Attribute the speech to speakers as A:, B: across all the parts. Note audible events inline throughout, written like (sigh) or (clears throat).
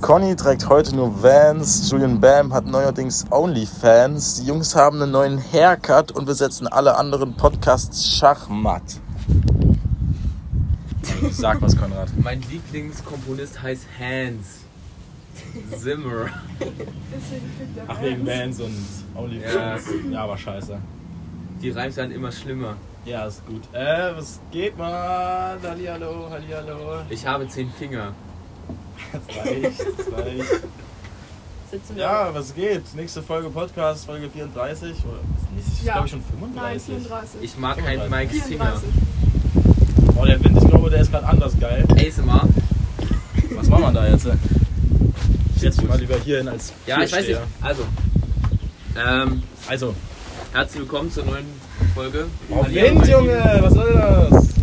A: Conny trägt heute nur Vans, Julian Bam hat neuerdings OnlyFans, die Jungs haben einen neuen Haircut und wir setzen alle anderen Podcasts schachmatt. Sag was, Konrad.
B: Mein Lieblingskomponist heißt Hans Zimmer.
C: Deswegen kriegt er
D: Ach,
C: Vans.
D: wegen Bands und OnlyFans. Ja. ja, aber scheiße.
B: Die Reims werden immer schlimmer.
D: Ja, ist gut. Äh, was geht, Mann? Hallihallo, hallihallo.
B: Ich habe zehn Finger.
D: Das reicht, das reicht.
C: Sitzen wir-
D: Ja, was geht? Nächste Folge Podcast, Folge 34. Oder, ist nicht,
C: Ja.
D: glaube ich, schon
C: Nein,
D: 35.
C: 34.
B: Ich mag keinen
D: 35.
B: Mike's Finger.
C: 34.
D: oh, der Wind, ich glaube, der ist gerade anders geil.
B: ASMR?
D: Was war man da jetzt? Ich setz mich mal lieber hier hin als
B: Ja, ich weiß nicht.
D: Türsteher.
B: Also, ähm,
D: Also,
B: herzlich willkommen zur neuen Folge.
D: auf
B: Hallihallo,
D: Wind,
B: meine
D: Junge! Was soll das? Das ist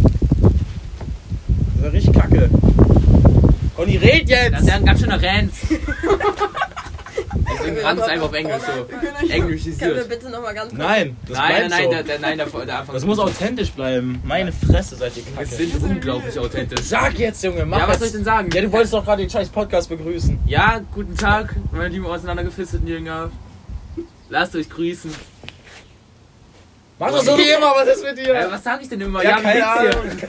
D: ja richtig kacke. Conny, red
B: Lieben. Das
D: jetzt!
B: ist ja ein ganz schöner
C: (laughs)
B: Rants. Deswegen ranzt einfach auf Englisch so. (laughs) Ne?
C: Können wir
B: Englischisiert.
C: bitte nochmal ganz kurz...
D: Nein, das
B: Nein, nein,
D: bleibt
B: nein,
D: so.
B: der, der, nein, der, der Anfang.
D: Das muss authentisch bleiben. Meine Fresse, seid ihr
B: Wir
D: kacke.
B: sind unglaublich authentisch.
D: Sag jetzt, Junge, mach
B: Ja, was soll ich
D: jetzt.
B: denn sagen?
D: Ja, du wolltest doch gerade den scheiß Podcast begrüßen.
B: Ja, guten Tag, meine lieben auseinandergefisteten Jünger. Lasst euch grüßen.
D: Mach doch so wie immer, was ist mit dir?
B: Äh, was sag ich denn immer?
D: Ja, keine
B: nix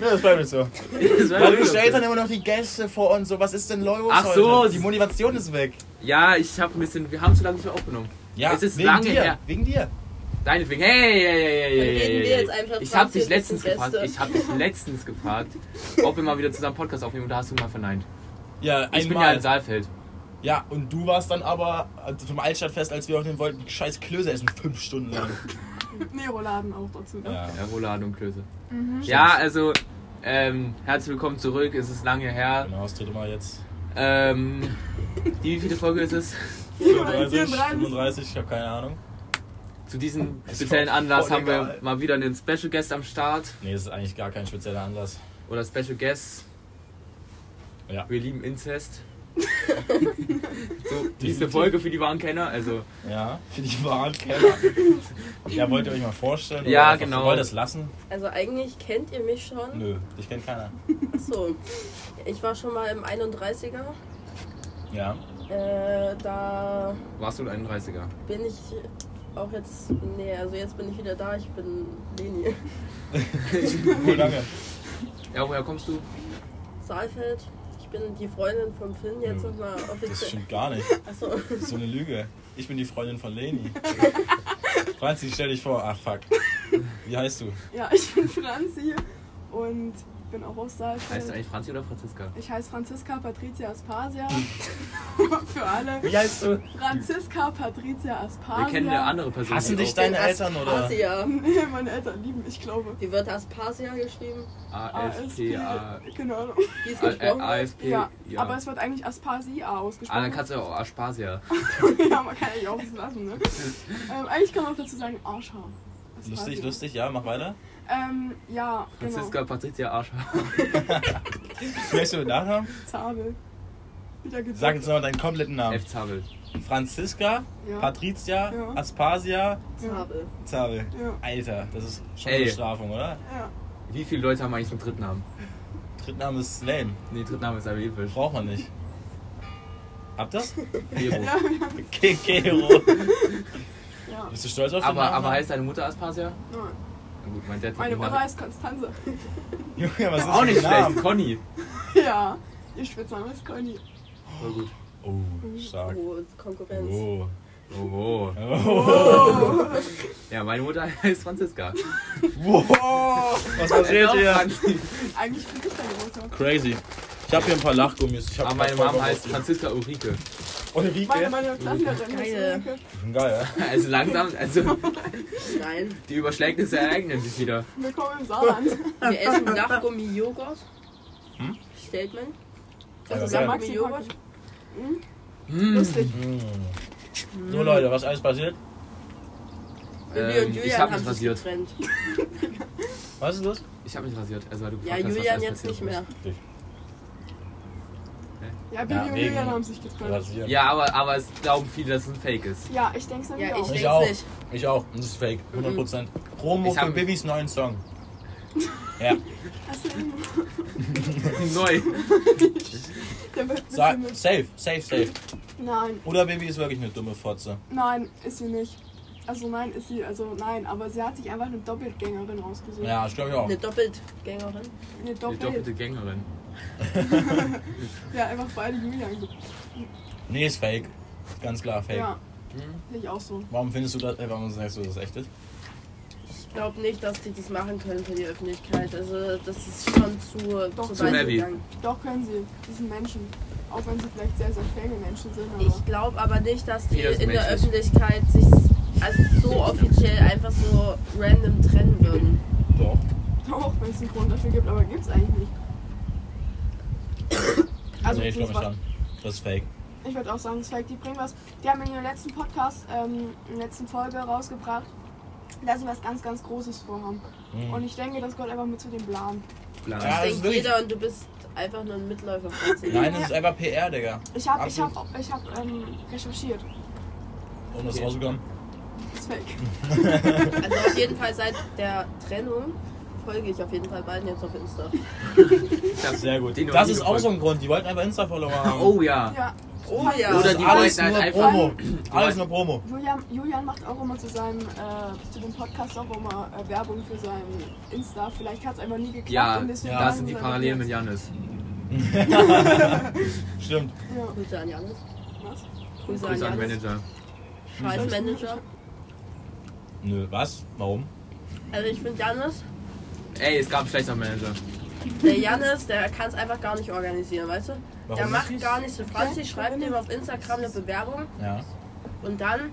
D: Ja, das bleibt jetzt so.
B: hier. (laughs) Das war
D: Weil du
B: wirklich
D: stellst dann
B: so.
D: immer noch die Gäste vor und so. Was ist denn los
B: Ach so.
D: heute? Die Motivation ist weg.
B: Ja, ich hab ein bisschen. Wir haben zu lange nicht mehr aufgenommen.
D: Ja,
B: Es ist
D: wegen
B: lange
D: dir.
B: her.
D: Wegen dir.
B: Deinetwegen. Hey, hey, hey, hey, hey,
C: Dann reden
B: hey,
C: wir
B: hey.
C: jetzt einfach
B: Ich hab
C: 20
B: dich letztens
C: Gäste.
B: gefragt. Ich hab dich letztens
C: (laughs)
B: gefragt, ob wir mal wieder zusammen Podcast aufnehmen. Und da hast du mal verneint.
D: Ja,
B: Ich bin ja in Saalfeld.
D: Ja, und du warst dann aber also vom Altstadtfest, als wir aufnehmen wollten, scheiß Klöße essen, fünf Stunden
B: (laughs)
D: lang.
C: Mit Neroladen auch dazu. Ne?
B: Ja, Rouladen und Klöße.
C: Mhm.
B: Ja, also. Ähm, herzlich willkommen zurück. Es ist lange her.
D: Genau, das dritte Mal jetzt.
B: Ähm, die wie viele Folge ist es?
D: 34,
C: 34.
D: 35, ich habe keine Ahnung.
B: Zu diesem
D: Ist
B: speziellen
D: doch
B: Anlass
D: voll
B: haben wir
D: egal.
B: mal wieder einen Special Guest am Start.
D: Nee, das ist eigentlich gar kein spezieller Anlass.
B: Oder Special Guest.
D: Ja.
B: Wir lieben Inzest. so,
D: (laughs)
B: die ist eine Folge für die wahren Kenner. Also,
D: Ja, für die wahren
B: (laughs)
D: Kenner. ja, wollt ihr euch mal vorstellen?
B: Ja,
D: einfach-
B: genau.
D: Wollt ihr das lassen?
C: (laughs) Also eigentlich kennt ihr mich schon.
D: Nö, dich kennt keiner.
C: So, ich war schon mal im 31er.
D: Ja.
C: Äh, da
B: warst du ein
D: (laughs)
B: 31er?
C: bin ich auch jetzt. Nee, also jetzt bin ich wieder da. Ich bin Leni. (laughs)
D: Wie lange?
B: Ja, woher kommst du?
C: Saalfeld. Ich bin die Freundin von Finn jetzt
D: Hm.
C: nochmal
D: Das
C: offiziell.
D: stimmt gar nicht.
C: Achso,
D: Das ist so eine Lüge. Ich bin die Freundin von Leni. Franzi, stell dich vor. Ach, fuck. Wie heißt du?
E: Ja, ich bin Franzi und bin auch aus Saalfeld.
B: Heißt du eigentlich Franzi oder Franziska?
E: ich heiße Franziska Patricia Aspasia. (laughs) Für alle.
D: Wie heißt du?
E: Franziska Patricia
B: Wir
E: Aspasia.
B: kennen eine andere Person.
D: Hassen
B: die
D: dich
B: auch
D: deine Eltern, oder?
C: Asia.
E: (laughs) Nee, meine Eltern lieben, ich glaube.
C: Die wird Aspasia geschrieben.
B: AFP, A-
E: Genau.
C: Die ist
B: A- äh,
C: gesprochen.
B: AFP.
E: Ja,
B: ja.
E: aber es wird eigentlich Aspasia ausgesprochen.
B: Ah, dann kannst du ja auch Aspasia.
E: Genau. (laughs) ja, man kann ja auch was lassen,
B: (laughs)
E: ne? ähm, eigentlich kann man auch dazu sagen Arscha. Aspasia.
D: Lustig, lustig. Ja, mach weiter.
E: Ähm, ja,
B: Franziska
D: (laughs)
B: Patricia Arscher.
D: Wie heißt du mit Nachnamen?
E: genau. Zabel. Wieder gedrückt.
D: Sag jetzt nochmal deinen kompletten Namen.
B: F. Zabel.
D: Franziska,
E: ja.
D: Patricia,
E: Ja.
D: Aspasia,
C: Zabel.
D: Zabel.
E: Ja.
D: Alter, das ist schon
B: Ey.
D: eine Bestrafung, oder?
E: ja.
B: Wie viele Leute haben eigentlich einen Drittnamen?
D: Drittname ist lame.
B: Nee, Drittname ist aber episch.
D: Braucht man nicht. Habt
B: (laughs)
D: das?
B: Gero.
D: Kekero.
E: (laughs) ja.
D: Bist du stolz auf den
B: Aber, aber
D: Nachnamen?
B: heißt deine Mutter Aspasia?
E: Nein.
B: Na gut, mein Dad hat
E: Meine
B: einen
E: Mutter heißt Konstanze.
D: Junge, was ist
B: Auch nicht
D: mit
B: schlecht,
D: Namen?
B: Conny.
E: (laughs) Ja, ihr Spitzname ist Conny.
B: Voll gut.
D: Oh, stark.
C: Oh, Konkurrenz.
D: Oh.
B: Oh, wow. (laughs)
D: Oh.
B: Ja, meine Mutter (laughs) heißt Franziska.
D: Wow. Was passiert
B: Auch
D: hier?
B: Franzi.
E: Eigentlich bin ich deine Mutter.
D: Crazy. Ich habe hier ein paar Lachgummis. Ich hab
B: Aber meine Mom heißt Franziska Ulrike.
E: Meine,
D: Ulrike.
E: meine Klassenlehrerin ist
C: Geil.
E: Ulrike.
D: Geil,
B: Also langsam, also
C: Nein.
B: die Überschlägnisse ereignen sich wieder.
E: Willkommen im Saarland. (laughs)
C: Wir essen Nachgummi-Joghurt.
D: Hm?
C: Statement.
D: Ja,
C: Also
D: geil.
C: Nachgummi-Joghurt.
B: Hm.
E: Lustig.
D: ja?
B: Mhm.
D: So Leute, was alles passiert?
C: Lilly
B: Ähm,
C: und
B: ich
C: Julian
B: hab
C: haben
B: mich
C: sich
B: rasiert.
C: getrennt.
D: Was ist los?
B: Ich hab mich rasiert. Also weil du
C: Ja,
B: gefragt hast, was
C: Julian
B: alles
C: jetzt nicht
B: passiert
C: mehr.
E: Ja, Bibi
D: Ja,
E: und
D: wegen-
E: Julian haben sich getrennt.
B: ist.
D: Rasieren.
B: Ja, aber, aber es glauben viele, dass es ein Fake
C: (laughs)
B: ist. (laughs)
E: Ja, ich denke es nämlich
C: Ja, ich
E: auch.
D: Ich
C: denk's
D: auch.
C: nicht.
D: Ich auch. Das ist fake. 100%. Promo
B: Ich Mhm. hab-
E: (laughs)
D: für Bibis neuen Song. Ja,
E: Hast du irgendwo.
B: Neu.
E: (laughs) Der wird ein
D: Sa
E: bisschen mit.
D: safe, safe, safe.
E: Nein,
D: Oder Baby ist wirklich eine dumme Fotze.
E: nein, ist sie nicht. Also nein, ist sie, also nein, aber sie hat sich einfach eine Doppelgängerin ausgesucht.
D: Ja, ich
B: Oh.
D: glaube ich
E: Ne.
D: auch.
C: Eine Doppeltgängerin.
E: Eine
B: Die doppelte
E: Doppel.
B: Gängerin.
E: Ja, einfach beide Julian.
D: Nee, ist fake. Ist Ganz klar fake.
E: Ja.
B: Hm?
E: Sehe ich auch so.
D: Warum findest du das, äh, warum sagst du, dass das echt ist?
C: Ich glaube nicht, dass die das machen können für die Öffentlichkeit. Also das ist schon zu,
E: Doch,
C: zu
E: zu
C: weit
B: heavy.
C: gegangen.
E: Doch können sie. Das sind Menschen. Auch wenn sie vielleicht sehr, sehr fähige Menschen sind, aber.
C: Ich glaube aber nicht, dass die
B: Jedes
C: in
B: Mensch
C: der
B: ist-
C: Öffentlichkeit sich also so offiziell einfach so random trennen würden.
D: Doch.
E: Also, Doch, wenn es einen Grund dafür gibt, aber gibt es eigentlich
B: (coughs)
E: nicht. Also,
D: nee, ich glaube
E: das
D: nicht
E: war,
D: dran. Das ist fake.
E: ich würde auch sagen, Swag, die bringen was. Die haben in ihrem letzten Podcast, ähm, in der letzten Folge rausgebracht, dass sie was ganz, ganz Großes vorhaben.
B: Hm.
D: Mhm.
E: Und ich denke, das gehört einfach mit zu dem Plan.
D: Ja,
B: Plan.
D: das
C: Denkt
D: ist Also wirklich.
C: jeder und du bist einfach nur ein Mitläufer. Franzi.
D: Nein, das ist einfach PR, Digga.
E: Ich habe ich
D: Absolut.
E: hab, ich hab, ähm, recherchiert.
D: Und das ist rausgekommen.
E: Swag.
C: Also auf jeden Fall seit der Trennung folge ich auf jeden Fall beiden jetzt auf Insta.
B: Ich hab
D: Sehr gut.
B: die noch
D: Das
B: nie
D: ist auch
B: gefolgt.
D: so ein Grund. Die wollten einfach Insta-Follower haben.
B: Oh ja.
E: Ja,
C: Oh ja.
D: Das
B: Oder
D: ist
B: die
D: alles
B: wollten halt
D: nur
B: einfach-
D: Promo.
B: Die
D: Alles
B: wollten-
D: nur Promo.
E: Julian, Julian macht auch immer zu seinem, äh, zu dem Podcast auch immer äh, Werbung für seinen Insta. Vielleicht hat es einfach nie geklappt.
B: Ja,
E: und deswegen
B: da
E: machen
B: sind die
E: sie es
B: Parallelen mit
E: einfach
B: Janis.
D: Stimmt.
E: jetzt. Ja,
C: Grüße an Janis.
E: was?
C: Grüße
B: Grüße
C: an
B: an
C: Janis.
B: Manager.
C: Scheiß Manager.
D: Nö, was? Warum?
C: Also ich finde Janis,
B: Ey, es gab einen schlechter Manager.
C: der Janis, der kann es einfach gar nicht organisieren, weißt du?
D: Warum
C: der macht
D: nicht?
C: gar nichts für Franzi,
E: Ja,
C: schreibt ihm auf Instagram eine Bewerbung
D: Ja.
C: und dann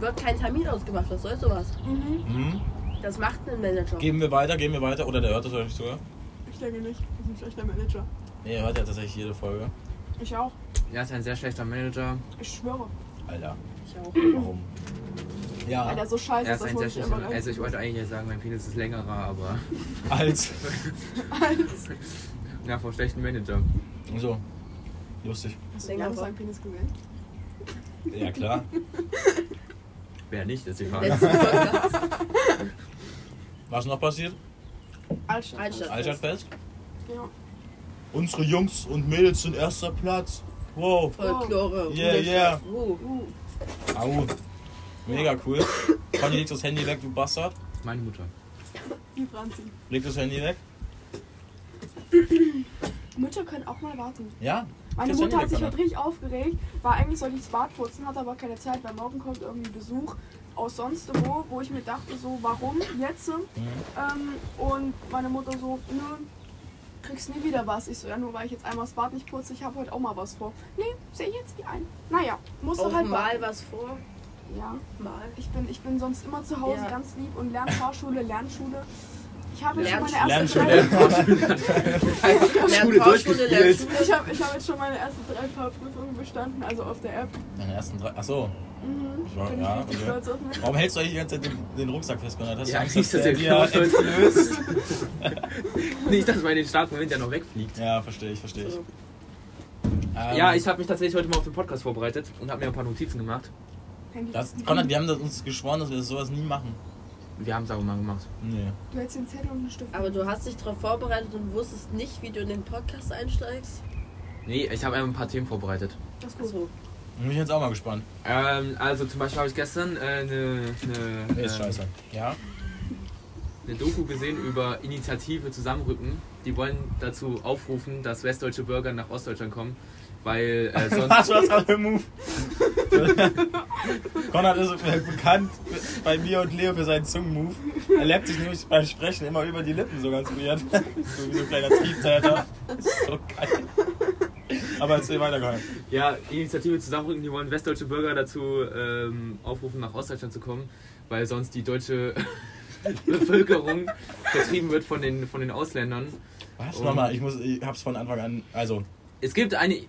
C: wird kein Termin ausgemacht. Was soll sowas?
E: Mhm.
D: Mhm.
C: Das macht ein Manager.
D: Geben wir weiter, geben wir weiter. Oder der hört das oder nicht sogar?
E: Ich denke nicht. Ich bin ein schlechter Manager.
D: Nee, er hört ja tatsächlich jede Folge.
E: Ich auch.
B: Er ist ein sehr schlechter
C: Also
B: Manager.
E: Ich schwöre.
D: Alter,
C: Ich auch.
D: warum? Ja,
E: Alter, so scheiße,
B: Er Ah. ist
E: das
B: ein
E: muss
B: sehr
E: ich
B: schlechter
E: immer ne?
B: Also ich wollte eigentlich sagen, mein Penis ist längerer, aber. (laughs)
D: als.
E: Als.
B: Ja, vom schlechten Manager.
D: So. Lustig.
E: Hast du
C: Länger
E: Janis
C: war-
E: seinen Penis gesehen?
D: Ja, klar.
B: Wer nicht, ist die Frage.
D: (laughs)
C: Letzte Folge.
D: Was noch passiert?
E: Altstadt.
C: Altstadt.
D: Altstadtfest?
E: Ja.
D: Unsere Jungs und Mädels sind erster Platz. Wow.
C: Folklore.
D: Yeah, yeah.
C: Uh,
E: Uh,
D: Au. Mega cool. Conny, leg das Handy weg, du Bastard.
B: Meine Mutter.
E: die Franzi.
D: Leg das Handy weg.
E: Mütter können auch mal warten.
D: Ja.
E: Meine
D: Kriegst du
E: Mutter hat sich
D: Handy
E: heute
D: weg,
E: richtig aufgeregt. War eigentlich, sollte ich das Bad putzen, hatte aber keine Zeit, weil morgen kommt irgendwie Besuch aus sonst wo, wo ich mir dachte so, warum jetzt?
D: Mhm.
E: Ähm, und meine Mutter so, nö, kriegst nie wieder was. Ich so, ja, nur weil ich jetzt einmal das Bad nicht putze, ich habe heute auch mal was vor. Nee, sehe ich jetzt nicht ein. Naja, muss doch
C: auch
E: halt
C: mal
E: warten.
C: was vor.
E: Ja,
C: Mal.
E: ich bin, ich bin sonst immer zu Hause
C: Ja.
E: ganz lieb und lerne Fahrschule, Lernschule. Ich habe jetzt schon meine
C: Lernsch-
E: erste
D: Lernschule.
E: drei,
C: Schule Fahrschule,
B: durchgespielt.
C: Lernschule.
E: ich habe, ich habe jetzt schon meine ersten drei Fahrprüfungen bestanden, also auf der App.
D: (laughs) Deine ersten drei. Achso.
E: Mhm,
D: Ja,
E: bin
D: ja,
E: ich richtig
D: okay.
E: stolz auf mich.
D: Warum hältst du eigentlich die ganze Zeit den, den Rucksack fest, Conrad? Hast du
B: Ja,
D: Angst,
B: nicht, dass
D: der
B: der
D: dir
B: Knoten
D: ent-
B: löst. Nicht, dass man den starken Wind ja noch
D: (laughs)
B: wegfliegt.
D: Ja, verstehe ich, verstehe ich.
C: So.
D: Ähm,
B: Ja, ich habe mich tatsächlich heute mal auf den Podcast vorbereitet und habe mir ein paar Notizen gemacht.
E: Handy.
D: Das, Conrad, wir haben das uns geschworen, dass wir das sowas nie machen.
B: Wir haben es aber mal gemacht.
D: Nee.
E: Du hättest den Zettel und einen Stift.
C: Aber du hast dich darauf vorbereitet und wusstest nicht, wie du in den Podcast einsteigst. Also,
B: Nee, ich habe einfach ein paar Themen vorbereitet.
E: das ist gut.
C: So.
D: Bin ich jetzt auch mal gespannt.
B: Ähm, also zum Beispiel habe ich gestern äh, eine
D: Nee,
B: eine-
D: ist scheiße. Ja?
B: eine ne Doku gesehen über Initiative Zusammenrücken. Die wollen dazu aufrufen, dass westdeutsche Bürger nach Ostdeutschland kommen,
D: (laughs)
B: weil äh, sonst...
D: Was, was hat der Move? (laughs) Konrad ist äh, bekannt für- bei mir und Leo für seinen Zungenmove. Er läppt sich nämlich beim Sprechen immer über die Lippen, so ganz weird. (laughs) so wie so ein kleiner Triebtäter. Das ist so geil. Aber erzähl weitergeholfen.
B: ja, Initiative Zusammenrücken, die wollen westdeutsche Bürger dazu ähm, aufrufen, nach Ostdeutschland zu kommen, weil sonst
D: (laughs)
B: die deutsche Bevölkerung vertrieben wird von den, von den Ausländern.
D: Was?
B: Und-
D: Nochmal, ich, muss, ich hab's von Anfang an. Also,
B: Es gibt eine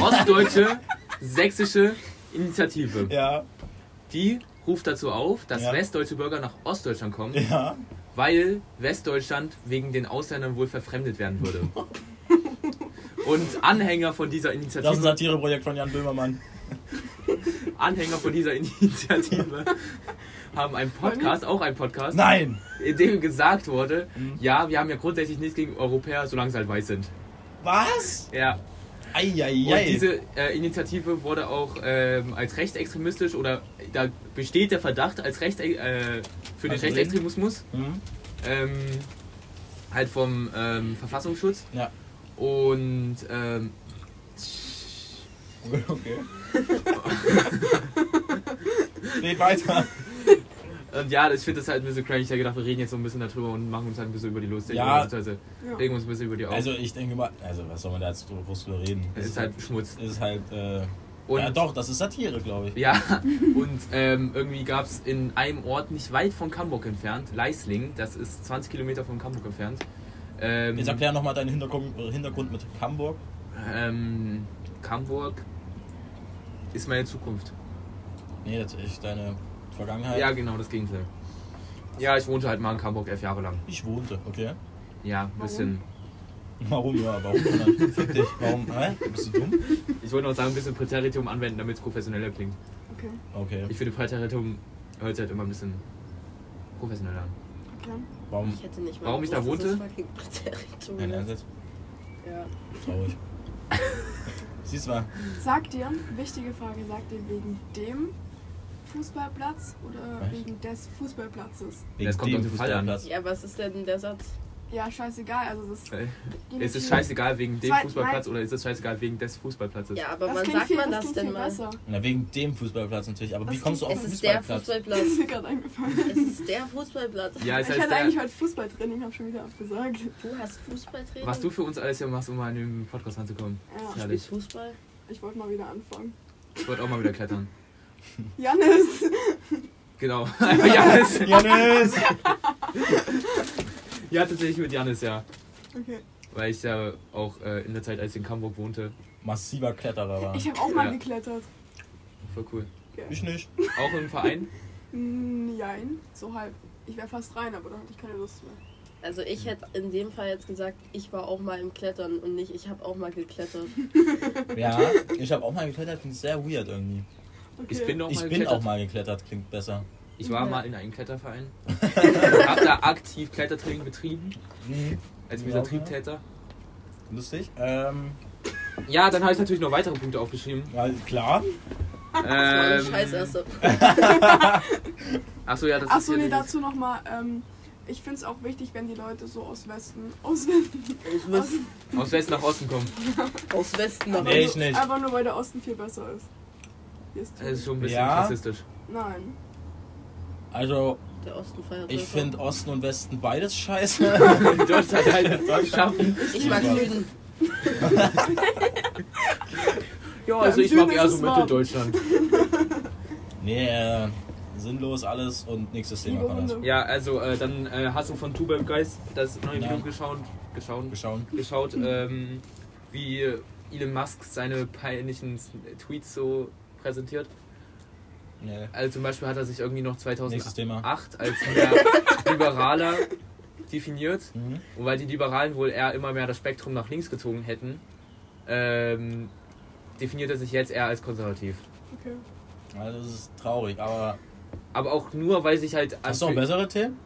B: ostdeutsche, sächsische Initiative.
D: ja,
B: Die ruft dazu auf, dass
D: Ja.
B: westdeutsche Bürger nach Ostdeutschland kommen,
D: ja.
B: weil Westdeutschland wegen den Ausländern wohl verfremdet werden würde.
D: (laughs)
B: Und Anhänger von dieser
D: Das ist ein
B: Initiative,
D: Satireprojekt von Jan Böhmermann.
B: Anhänger von dieser (laughs) Initiative haben einen Podcast, auch einen Podcast,
D: Nein!
B: in dem gesagt wurde, ja, wir haben ja grundsätzlich nichts gegen Europäer, solange sie halt weiß sind.
D: Was?
B: Ja. Und
D: Eieiei.
B: diese äh, Initiative wurde auch ähm, als rechtsextremistisch oder da besteht der Verdacht als Rechts, äh, für den
D: Also
B: Rechtsextremismus
D: Mhm.
B: ähm, halt vom ähm, Verfassungsschutz
D: Ja.
B: und ähm,
D: (laughs) Okay. Red weiter.
B: Und ja, ich finde das halt ein bisschen cringe. Ich hab gedacht, wir reden jetzt so ein bisschen darüber und machen uns halt ein bisschen über die lustig.
D: Ja.
B: Beziehungsweise
E: Ja.
B: regen uns ein bisschen über die auf.
D: Also ich denke mal, also was soll man da jetzt groß drüber reden?
B: es ist halt Schmutz.
D: Ist halt, äh,
B: Und
D: ja doch, das ist Satire, glaube ich.
B: Ja, (laughs) und ähm, irgendwie gab es in einem Ort nicht weit von Hamburg entfernt, Leisling, das ist 20 Kilometer von Hamburg entfernt. Ähm,
D: Jetzt erklär nochmal deinen Hintergrund, äh, Hintergrund mit Hamburg.
B: ähm, Hamburg ist meine Zukunft.
D: Nee, das ist deine Vergangenheit.
B: Ja, genau, das Gegenteil. Ja, ich wohnte halt mal in Hamburg elf Jahre lang.
D: Ich wohnte,
B: (laughs)
D: okay.
B: Ja, ein bisschen.
D: Warum, ja, warum? Fick dich, warum? Hä? Bist du dumm?
B: Ich wollte noch sagen, ein bisschen Präteritum anwenden, damit es professioneller klingt.
E: Okay,
D: Okay,
B: Ich finde Präteritum hört sich halt immer ein bisschen professioneller an.
E: okay.
D: warum?
C: Ich hätte nicht
B: Hm.
C: mal
B: Warum ich da
C: gewusst, dass
B: wohnte?
C: das fucking Präteritum
D: Nein,
C: ist.
D: ernsthaft?
C: Ja.
B: (laughs)
D: Traurig. Siehst du mal,
E: Sagt dir, wichtige Frage, sagt dir wegen dem Fußballplatz oder
D: Was?
E: wegen des Fußballplatzes?
B: Das kommt
D: dem
B: auf den Fall an.
D: Fußballplatz.
C: ja, was ist denn der Satz?
E: Ja, scheißegal. Also das
B: Äh,
E: geht
B: Ist es
E: viel-
B: scheißegal wegen dem
E: Zwei-
B: Fußballplatz oder ist es scheißegal wegen des Fußballplatzes?
C: Ja, aber
E: Das
C: wann
E: klingt
C: sagt
E: viel,
C: man
E: das
C: das,
E: klingt
C: denn
E: viel
C: mal?
E: besser.
D: Na, wegen dem Fußballplatz natürlich. Aber
E: Das
D: wie kommst du auf
E: klingt-
D: den
C: Es ist der
D: Fußballplatz?
E: Das (laughs) ist
B: (laughs)
C: Fußballplatz.
E: mir gerade eingefallen.
C: es ist der Fußballplatz.
B: Ja, es
E: ich
B: heißt
E: hatte
B: der,
E: eigentlich heute Fußballtraining, habe schon wieder abgesagt.
C: Du hast Fußballtraining?
B: was du für uns alles hier machst, um mal in den Podcast ranzukommen.
E: Ja,
B: Ja.
C: Spielst Fußball?
E: ich wollte mal wieder anfangen.
B: Ich wollte auch mal wieder klettern.
E: Janis!
D: (laughs)
B: Genau. (laughs) Einfach Janis.
D: Janis!
B: Ja, tatsächlich mit Janis, ja.
E: Okay.
B: Weil ich ja auch äh, in der Zeit, als ich in Hamburg wohnte,
D: Massiver Kletterer war.
E: Ich habe auch mal
B: Ja.
E: geklettert.
B: voll cool.
D: Ich
B: (laughs)
D: nicht.
B: Auch im Verein?
E: Hm, Nein, so halb. Ich wäre fast rein, aber da hatte ich keine Lust mehr.
C: Also ich hätte in dem Fall jetzt gesagt, ich war auch mal im Klettern und nicht, ich habe auch mal geklettert.
D: Ja, ich habe auch mal geklettert, klingt sehr weird irgendwie.
E: Okay.
B: Ich bin auch
D: Ich
B: mal
D: bin
B: geklettert.
D: auch mal geklettert, klingt besser.
B: Ich war
C: Ja.
B: mal in
D: (laughs)
B: einem Kletterverein. hab da aktiv Klettertraining betrieben.
D: Mhm.
B: Als
D: Ja,
B: dieser
D: okay.
B: Triebtäter.
D: Lustig. Ähm,
B: Ja, dann habe ich natürlich noch weitere Punkte aufgeschrieben.
D: ja, klar.
C: Das war eine
B: Ähm,
C: Scheißerste.
B: Achso, ja, das ist
E: Achso,
B: ja
E: nee,
B: dieses-
E: dazu nochmal. Ähm, ich finde es auch wichtig, wenn die Leute so aus Westen. Aus Westen.
C: Ich muss
B: Aus West nach Osten kommen.
C: aus Westen nach
D: Nee,
E: nur-
D: ich nicht.
E: Aber nur weil der Osten viel besser ist. Hier ist
B: Das ist
E: Thüringen.
B: schon ein bisschen
D: Ja.
B: rassistisch. (laughs)
E: Nein.
D: Also,
C: Der Osten feiert
D: ich
C: heute.
D: finde Osten und Westen beides scheiße.
B: (laughs) In
D: (laughs)
B: Deutschland halt nicht schaffen.
C: Ich mag
D: Ja.
C: Süden.
B: Ja,
E: also ich mag eher so
B: Mitteldeutschland.
D: nee, äh, sinnlos alles und nächstes Thema.
E: Liebe
D: Konrad.
E: Hunde.
B: Ja, also äh, dann äh, hast du von Tubal Geist das neue Video
D: Ja. Mhm.
B: geschaut, geschaut,
D: Wir schauen.
B: geschaut ähm, wie Elon Musk seine peinlichen äh, Tweets so präsentiert.
D: Nee.
B: Also zum Beispiel hat er sich irgendwie noch
D: Nächstes
B: 2008
D: Thema.
B: als
D: (laughs)
B: mehr liberaler definiert.
D: Mhm.
B: Und weil die Liberalen wohl eher immer mehr das Spektrum nach links gezogen hätten, ähm, definiert er sich jetzt eher als konservativ.
E: Okay.
D: Also, das ist traurig, aber.
B: Aber auch nur, weil sich halt...
D: Hast du noch bessere Themen?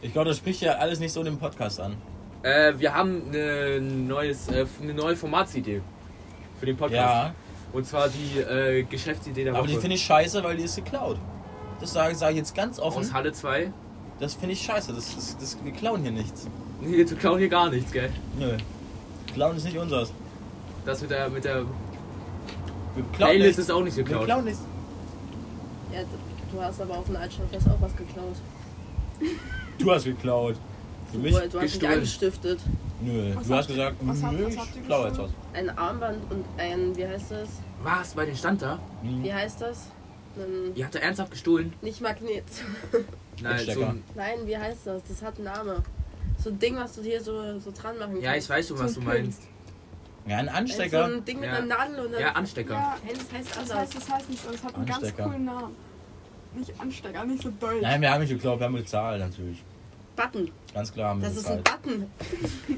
D: ich glaube, das spricht ja alles nicht so in dem Podcast an.
B: Äh, wir haben eine, neues, äh, eine neue Formatsidee für den Podcast.
D: Ja,
B: Und zwar die äh, Geschäftsidee der
D: aber die
B: Woche.
D: finde ich scheiße, weil die ist geklaut. Das sage sag ich jetzt ganz
B: aus
D: offen.
B: Halle 2.
D: Das finde ich scheiße. Das, das, das, wir klauen hier nichts.
B: Nee, wir klauen hier gar nichts, gell?
D: Nö. Klauen ist nicht unseres.
B: Das mit der, mit der
D: Wir klauen nichts.
B: Playlist ist auch nicht
D: Wir
B: geklaut.
D: klauen nichts.
C: Ja, d- du hast aber auf dem Altstadtfest auch was geklaut.
D: Du hast geklaut. Für mich?
C: Du, du hast dich
B: gestohlen.
C: angestiftet.
D: Nö.
E: Was
D: du hast
E: habt-
D: gesagt,
E: was habt-
D: nö,
E: was habt ihr
D: ich klaue jetzt was.
E: gestohlen?
C: Ein Armband und ein, wie heißt das?
B: Was? Bei den Stand da?
C: Wie
D: Mhm.
C: heißt das? Ein,
B: Ihr habt da ernsthaft gestohlen?
C: Nicht Magnet. (laughs)
B: Nein, so
D: Stecker.
B: ein-
C: Nein, wie heißt das? Das hat einen Namen. So ein Ding, was du hier so, so dran machen kannst.
B: ja, ich weiß schon, was
E: So
B: du
E: ein
B: meinst.
D: Ja, ein
C: Ein- So
D: Anstecker.
C: Also ein Ding mit
B: Ja.
C: einer Nadel und dann.
B: Ja, Anstecker.
E: Ja,
C: Nein, das heißt
E: das
C: anders.
E: heißt, das heißt nicht so. Das hat einen ganz
D: Anstecker.
E: coolen Namen. Nicht Anstecker, nicht so deutsch. (laughs)
D: Nein, wir haben nicht geklaut, wir haben bezahlt natürlich.
C: Button.
D: Ganz klar haben wir
C: Das ist ein
D: bezahlt.
C: Button.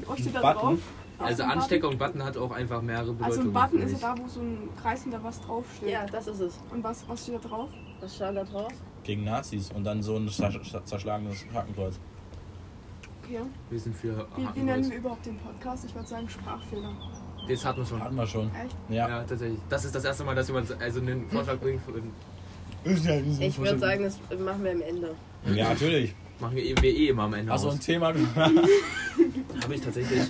E: Was steht da
D: Button.
E: drauf?
B: Also
E: ein
B: Anstecker und Button hat auch einfach mehrere Bedeutungen.
E: Also ein Button
B: finde
E: ist
B: ich.
E: ja da, wo so ein Kreis hinter was draufsteht.
C: Ja, das ist es.
E: Und was, was steht da drauf?
C: Was stand da drauf?
D: Gegen Nazis und dann so ein zersch- zersch- zerschlagenes Hakenkreuz.
E: Okay.
B: Wir sind für
E: Wie, wie nennen
B: Hakenkreuz.
E: wir überhaupt den Podcast? Ich würde sagen Sprachfehler.
B: Das hatten wir schon.
D: Hatten wir schon.
E: Echt?
B: Ja.
D: Ja.
B: tatsächlich. Das ist das erste Mal, dass jemand so- also einen Vorschlag bringt. für-
C: Ich würde sagen, das machen wir am Ende.
B: Ähm.
D: Ja, natürlich.
B: Machen wir eh- wir eh immer am Ende.
D: Hast du ein
B: aus.
D: Thema? (laughs)
B: Habe ich tatsächlich.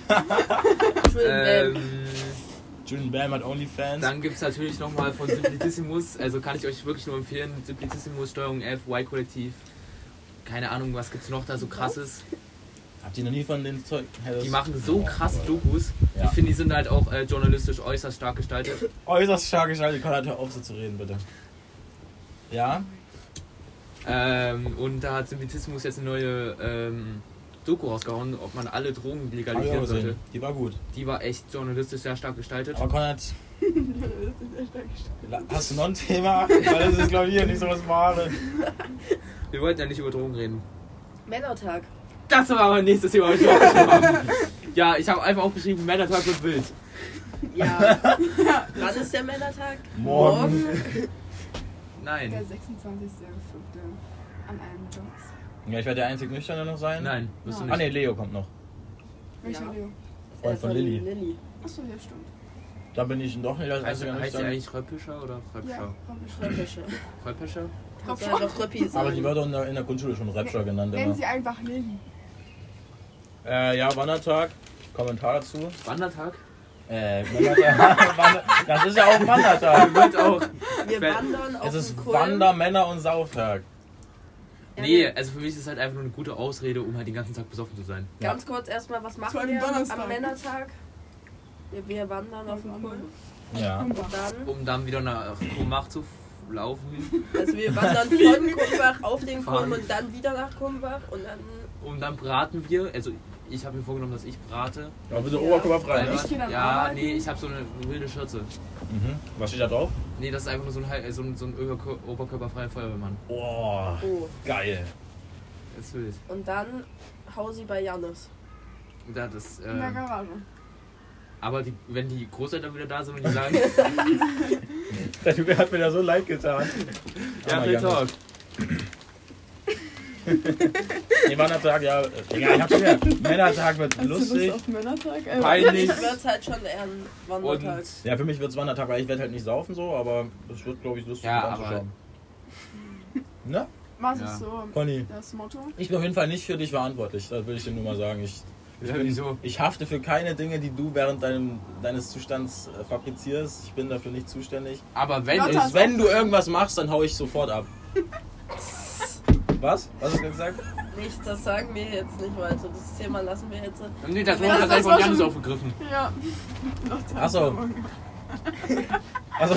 C: Schön, ähm,
B: ähm,
D: Julian Bam hat Onlyfans.
B: dann gibt es natürlich nochmal von Simplicissimus. Also kann ich euch wirklich nur empfehlen. Simplicissimus, Steuerung F, Y-Kollektiv. Keine Ahnung, was gibt's noch da so krasses.
D: Habt ihr noch nie von den Zeug? Hey, das-
B: Die machen so
D: Ja,
B: krass
D: aber-
B: Dokus.
D: Ja.
B: Ich finde, die sind halt auch äh, journalistisch äußerst stark gestaltet.
D: Äußerst stark geschaltet. Konrad, hör auf so zu reden, bitte. Ja?
B: Ähm, und da hat Simplicissimus jetzt eine neue ähm, Doku rausgehauen, ob man alle Drogen
D: Hab ich
B: legalisieren
D: auch
B: sollte.
D: gesehen. Die war gut.
B: Die war echt journalistisch sehr stark gestaltet.
D: Aber Konrad,
B: (laughs)
E: Wie
D: la- hast du noch ein Thema? Weil das ist, glaube ich, hier nicht so was Wahres.
B: Wir wollten ja nicht über Drogen reden.
C: Männertag.
B: Das war mein nächstes Thema. was Ich aufgeschrieben habe. (laughs) ja, ich habe einfach aufgeschrieben, Männertag wird wild.
C: Ja.
B: (laughs)
C: Wann ist der Männertag?
D: Morgen.
E: Der
B: Nein.
E: 26.05. an einem Mittags.
D: Ja, ich werde der einzig Nüchterne noch sein.
B: Nein, wirst du
E: Ah,
D: Ah, ne,
B: nicht.
D: Leo kommt noch.
E: Welcher Leo?
C: Äh,
D: Freund von Lilly.
E: Achso, ja, stimmt.
D: Da bin ich doch nicht als
B: Heißt,
D: einziger
B: Also heißt sie
D: Nüchtern.
B: eigentlich Röppischer oder
E: Ja,
B: Röpscher?
E: komm, ich schreibe.
C: Röppische.
B: Röppischer?
C: Kannst du einfach Röppi
D: Aber die
C: sagen.
D: wird doch in der, in der Grundschule schon Rapture genannt.
E: Nennen
D: Immer.
E: sie einfach Lilly.
D: Äh, ja, Wandertag. Kommentar dazu.
B: (laughs) Wandertag?
D: Äh, Wandertag. Wander- das ist ja auch Wandertag.
B: Wird auch.
C: Wir
B: Wenn-
C: wandern auf
D: Es ist
C: den Kulm.
D: Wandermänner und Sauftag.
C: Ja,
B: Nee,
C: wir-
B: also für mich ist es halt einfach nur eine gute Ausrede, um halt den ganzen Tag besoffen zu sein.
C: Ganz kurz erstmal, was
E: war
C: machen
E: ein
C: wir
E: Donnerstag.
C: am Männertag? Wir, wir wandern auf den Kulm.
D: Ja.
C: Dann,
B: Um dann wieder nach Krumach zu f- laufen,
C: also wir wandern von Kulmbach auf den
B: Fahren.
C: Kulm und dann wieder nach Kulmbach und dann
B: und Um dann braten wir. Also ich habe mir vorgenommen, dass ich brate.
D: Aber bitte oberkörperfrei.
B: Weil-
D: Ne?
E: ich geh dann
B: ja,
E: arbeiten.
B: nee, ich habe so eine wilde Schürze.
D: Mhm. Was steht da drauf?
B: Nee, das ist einfach nur so ein, Hal- äh, so ein, so ein Oberkör oberkörperfreier Feuerwehrmann.
D: Boah,
C: oh.
D: (laughs) geil.
B: Das ist wild.
C: Und dann Hausi bei Jannis.
B: Ja, das,
E: In der
B: äh,
E: Garage.
B: aber die, wenn die Großeltern wieder da sind (laughs) und die sagen,
D: Der Typ hat mir da so leid getan.
B: ja, Real Talk.
D: Nee, Wandertag, ja. äh, Digga, ich hab's gehört. Männertag wird lustig,
E: auf Männertag? äh, Ey,
D: peinlich.
C: Dann wird's halt schon eher ein Wandertag.
B: Und
D: Ja, für mich wird's Wandertag, weil ich werde halt nicht saufen so, aber es wird, glaube ich, lustig
B: Ja,
D: mit
B: aber-
D: anzuschauen. Ne?
E: Was
B: Ja.
E: ist so
D: Conny,
E: das Motto?
D: ich bin auf jeden Fall nicht für dich verantwortlich, das will ich dir nur mal sagen. Ich, ich,
B: Ja,
D: bin,
B: wieso?
D: ich hafte für keine Dinge, die du während deinem, deines Zustands äh, fabrizierst. Ich bin dafür nicht zuständig.
B: Aber wenn
E: Lotta.
B: es.
D: Ist, wenn du irgendwas machst, dann hau ich sofort ab. Was? Was hast du gesagt?
C: Nichts, das sagen wir jetzt nicht weiter. Das Thema lassen wir jetzt.
B: Nee, das
E: Ja,
B: wurde
E: das
B: tatsächlich
E: war
B: von Janus
E: schon-
B: aufgegriffen.
E: Ja. Männertag.
D: Achso. Also,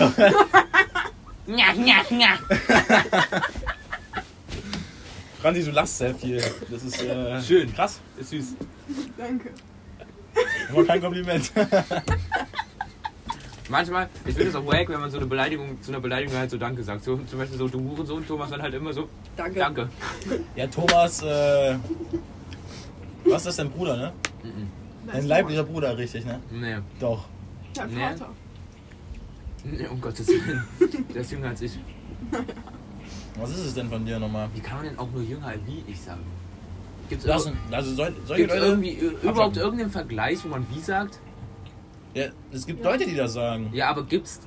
B: Nja, nja, nja.
D: (laughs) Franzi, du lachst sehr viel. Das ist äh,
B: Schön.
D: krass.
B: Ist süß.
E: Danke.
D: Aber kein Kompliment. (laughs)
B: Manchmal, ich finde es auch wack, wenn man so eine Beleidigung, zu einer Beleidigung halt so Danke sagt. So, zum Beispiel so, du Hurensohn, Thomas, dann halt immer so,
C: Danke.
B: Danke.
D: Ja, Thomas, äh, was ist das dein Bruder, ne?
B: Mhm.
D: Dein leiblicher Bruder, richtig, ne?
B: Nee.
D: Doch.
E: Dein
B: Nee.
E: Vater.
B: nee, um Gottes Willen. Der ist jünger als ich.
D: Was ist es denn von dir nochmal?
B: Wie kann man denn auch nur jünger als wie ich sagen? Gibt's,
D: Das,
B: irg
D: also soll, solche
B: gibt's
D: Leute.
B: irgendwie äh, überhaupt
D: Abschaffen.
B: irgendeinen Vergleich, wo man wie sagt?
D: Ja, es gibt Leute, die das sagen.
B: Ja, aber gibt's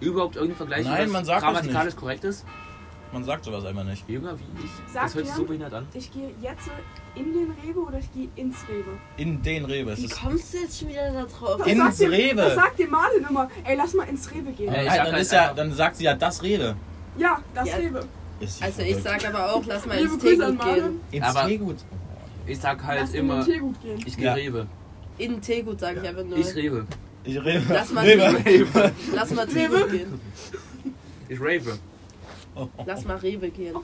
B: überhaupt irgendeinen Vergleich,
D: Nein,
B: was
D: man sagt das
B: grammatikalisch
D: nicht.
B: korrekt ist?
D: Man sagt sowas einfach nicht.
B: Jünger wie ich.
E: Sagt
B: das hört sich
E: ihr?
B: so behindert an.
E: Ich gehe jetzt in den Rewe oder ich gehe ins Rewe.
D: In den Rewe. Es
C: Wie
D: ist
C: kommst du jetzt schon wieder da drauf?
D: In- Ins
E: dir,
D: Rewe.
E: Das sagt dir Marlen immer. Ey, lass mal ins Rewe gehen.
B: Ja, ich
D: Nein,
B: sag
D: dann,
B: halt
D: ist ja,
B: einfach-
D: dann sagt sie ja das Rewe.
E: Ja, das
C: Ja.
E: Rewe.
D: Ist sie
C: Also ich
D: verrückt.
C: sag aber auch, lass mal
E: Liebe
C: ins
E: Grüße an
C: Teegut gehen.
E: Marlen.
D: Ins
B: Aber-
D: Teegut.
B: Ich sag halt
E: lass in den
B: immer,
E: Teegut gehen.
B: ich gehe
D: Ja.
B: Rewe.
C: In Teegut sage ich einfach nur.
B: Ich Rewe.
D: Ich Rewe.
C: Lass mal
D: Rewe.
B: Rewe.
C: Lass mal Teegut gehen.
B: Ich Rewe.
C: Lass mal Rewe
B: Oh
C: gehen.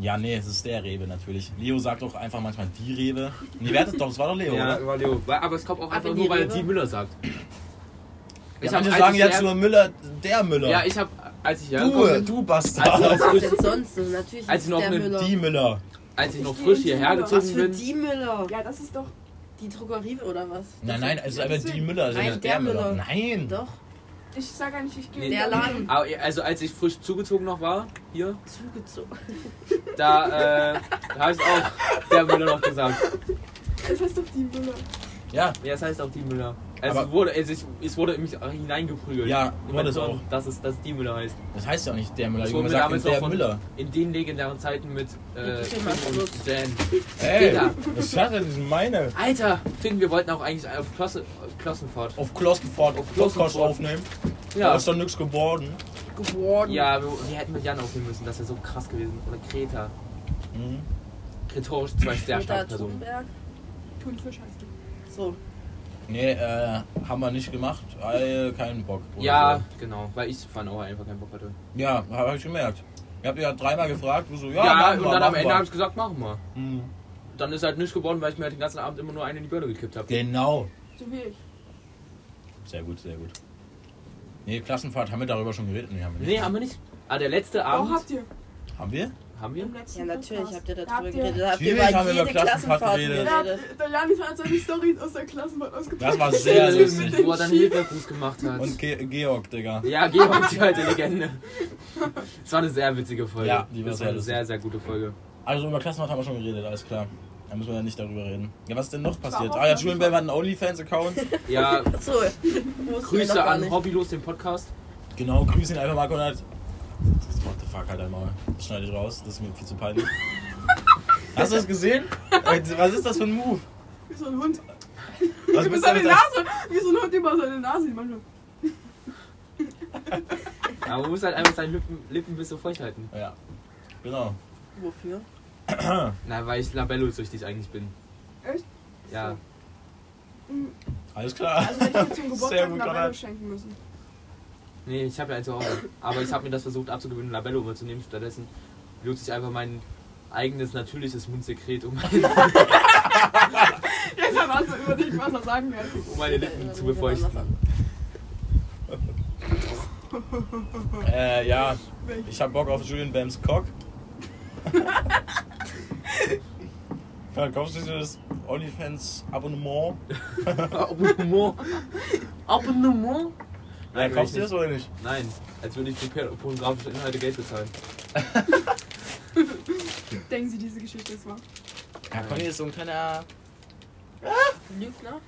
D: Ja, nee, es ist der Rewe natürlich. Leo sagt doch einfach manchmal die Rewe. Nee, wer hat das doch? Das war doch Leo,
B: Ja,
D: oder?
B: war Leo. Weil- Aber es kommt auch einfach
C: in
B: nur,
C: die
B: weil
C: Rewe?
B: die Müller sagt.
D: Ja,
B: hab,
D: manche
B: als
D: sagen
B: ich
D: ja
B: her-
D: zu Müller, der Müller.
B: Ja, ich hab, als ich hergekommen
D: du,
B: bin,
D: du
B: Also-
D: Bastard.
C: Was denn sonst? Natürlich
B: Als
C: ist
B: ich noch
C: der
B: mit
C: Müller.
D: Die Müller.
B: als ich noch
E: Ich geh
B: frisch
E: in die
B: hierher
E: Müller.
C: Was
B: gezogen
C: für
B: bin,
C: die Müller?
E: Ja, das ist doch
C: Die Drogerie oder was?
D: Nein, nein, es ist einfach die
E: Deswegen.
D: Müller, also
C: Nein,
D: nicht
C: der
D: der Müller.
C: Müller.
D: Nein.
C: Doch,
E: Ich sage ja nicht, ich gehe.
B: Nee.
C: der Laden.
B: Aber, also als ich frisch zugezogen noch war, hier,
C: Zugezogen.
B: da, äh, da habe ich auch der Müller noch gesagt.
E: Das heißt doch die Müller.
D: Ja,
B: Ja, das heißt auch die Müller. Also,
D: Aber-
B: es wurde, also ich, es wurde in mich hineingeprügelt.
D: Ja,
B: In
D: wurde
B: meinen
D: es
B: Ohren,
D: auch.
B: Dass es dass die Müller heißt.
D: das heißt ja auch nicht der Müller.
B: Das
D: Ich
B: wurde
D: habe
B: mir
D: gesagt,
B: damals noch
D: der
B: von,
D: Müller.
B: in den legendären Zeiten mit äh,
C: Ich
B: Finn
C: bin mal
B: und
C: los.
B: Jan.
D: Ey,
B: Digga.
D: was hat das ist meine?
B: Alter, Finn, wir wollten auch eigentlich auf Klosse, Klossenfahrt.
D: Auf Klossenfort, auf
B: Auf
D: Podcast
B: Klossenfort.
D: aufnehmen. Da
B: Ja,
D: ist doch nichts geworden.
C: Geworden.
B: ja wir, wir hätten mit Jan aufnehmen müssen, das wäre so krass gewesen. Oder Kreta.
D: Mhm.
B: Rhetorisch zwei sehr
C: Peter
B: starke Personen.
C: Thunberg.
E: Thunfisch heißt die.
C: So,
D: Nee, äh, haben wir nicht gemacht, weil keinen Bock. oder
B: Ja, genau, weil ich von auch einfach keinen Bock hatte.
D: So. Ja, habe ich gemerkt. Ihr habt ja dreimal gefragt, du so, ja,
B: Ja,
D: machen
B: und
D: wir,
B: dann am
D: machen
B: Ende
D: wir.
B: habe ich gesagt, machen wir.
D: Mhm.
B: Dann ist halt nicht geworden, weil ich mir halt den ganzen Abend immer nur eine in die Birne gekippt habe.
D: Genau.
E: So wie ich.
D: Sehr gut, sehr gut. Nee, Klassenfahrt, haben wir darüber schon geredet? Nee, haben wir nicht.
B: Nee, haben wir nicht. Ah, der letzte
E: Auch
B: Abend.
E: habt ihr.
D: Haben wir?
B: haben
E: Im
B: wir?
E: letzten
C: ja natürlich
E: Podcast.
C: habt ihr
E: Da
C: darüber
E: habt
C: geredet. Da habt ihr
D: Natürlich haben wir
C: über
D: über
C: jede
D: Klassenfahrt
C: Klassenfahrt
D: geredet.
E: Da
C: geredet.
E: habt, der Janis hat seine Stories aus der Klassenfahrt ausgepackt.
D: Das war sehr
B: (laughs) Sehr
D: lustig.
B: lustig, wo er dann Hitlergruß gemacht hat.
D: Und Ge Georg, Digga.
B: ja, Georg, die alte Legende. Es war eine sehr witzige Folge.
D: Ja, die war
B: das
D: sehr
B: war eine
D: lustig.
B: sehr, sehr gute Folge.
D: Also über Klassenfahrt haben wir schon geredet, alles klar. Da müssen wir ja nicht darüber reden. Ja, was ist denn noch passiert?
E: auch
D: Ah ja,
E: noch-
D: Schulenberg hat einen OnlyFans-Account.
C: (laughs)
B: Ja,
C: So, wussten wir noch
B: Grüße
C: gar
B: an
C: nicht.
B: Hobbylos, den Podcast.
D: genau, grüß ihn einfach mal, Konrad. What the fuck, halt einmal. Das schneide ich raus, das ist mir viel zu peinlich. (laughs) Hast du das gesehen? Äh, Was ist das für ein Move?
E: Wie so ein Hund.
D: Was
E: Mit
D: bist du
E: seiner
D: mit der-
E: Nase. Wie so ein Hund über seine Nase. Manchmal.
B: Aber man muss halt einfach seine Lippen, Lippen ein bisschen feucht halten.
D: Ja, genau.
C: Wofür?
B: Na, weil ich Labello-süchtig eigentlich bin.
E: Echt?
B: Ja.
D: Alles klar.
E: Also hätte ich mir
D: (laughs) Sehr
E: zum Geburtstag
D: gut,
E: ein
D: Konrad.
E: Labello schenken müssen.
B: Nee, ich habe ja eins zu Hause. Aber ich habe mir das versucht abzugewöhnen, Labello immer zu nehmen. Stattdessen benutze ich einfach mein eigenes natürliches Mundsekret, um, meine-
E: Jetzt erwartest du über dich, was er sagen wird.
B: um meine Lippen zu
C: (laughs)
B: befeuchten.
D: Äh, ja, ich hab Bock auf Julian Bams (laughs) Cock. Dann kaufst du dir das OnlyFans-Abonnement.
B: Abonnement. Abonnement?
D: Ja,
B: Nein,
D: Äh, kaufst du
B: will
D: das
B: ich
D: oder nicht?
B: nicht. Nein, als würde ich für per- pornografische Inhalte Geld bezahlen.
E: Denken Sie, diese Geschichte ist wahr.
D: Ja, Conny ist so ein kleiner.
C: Lügner?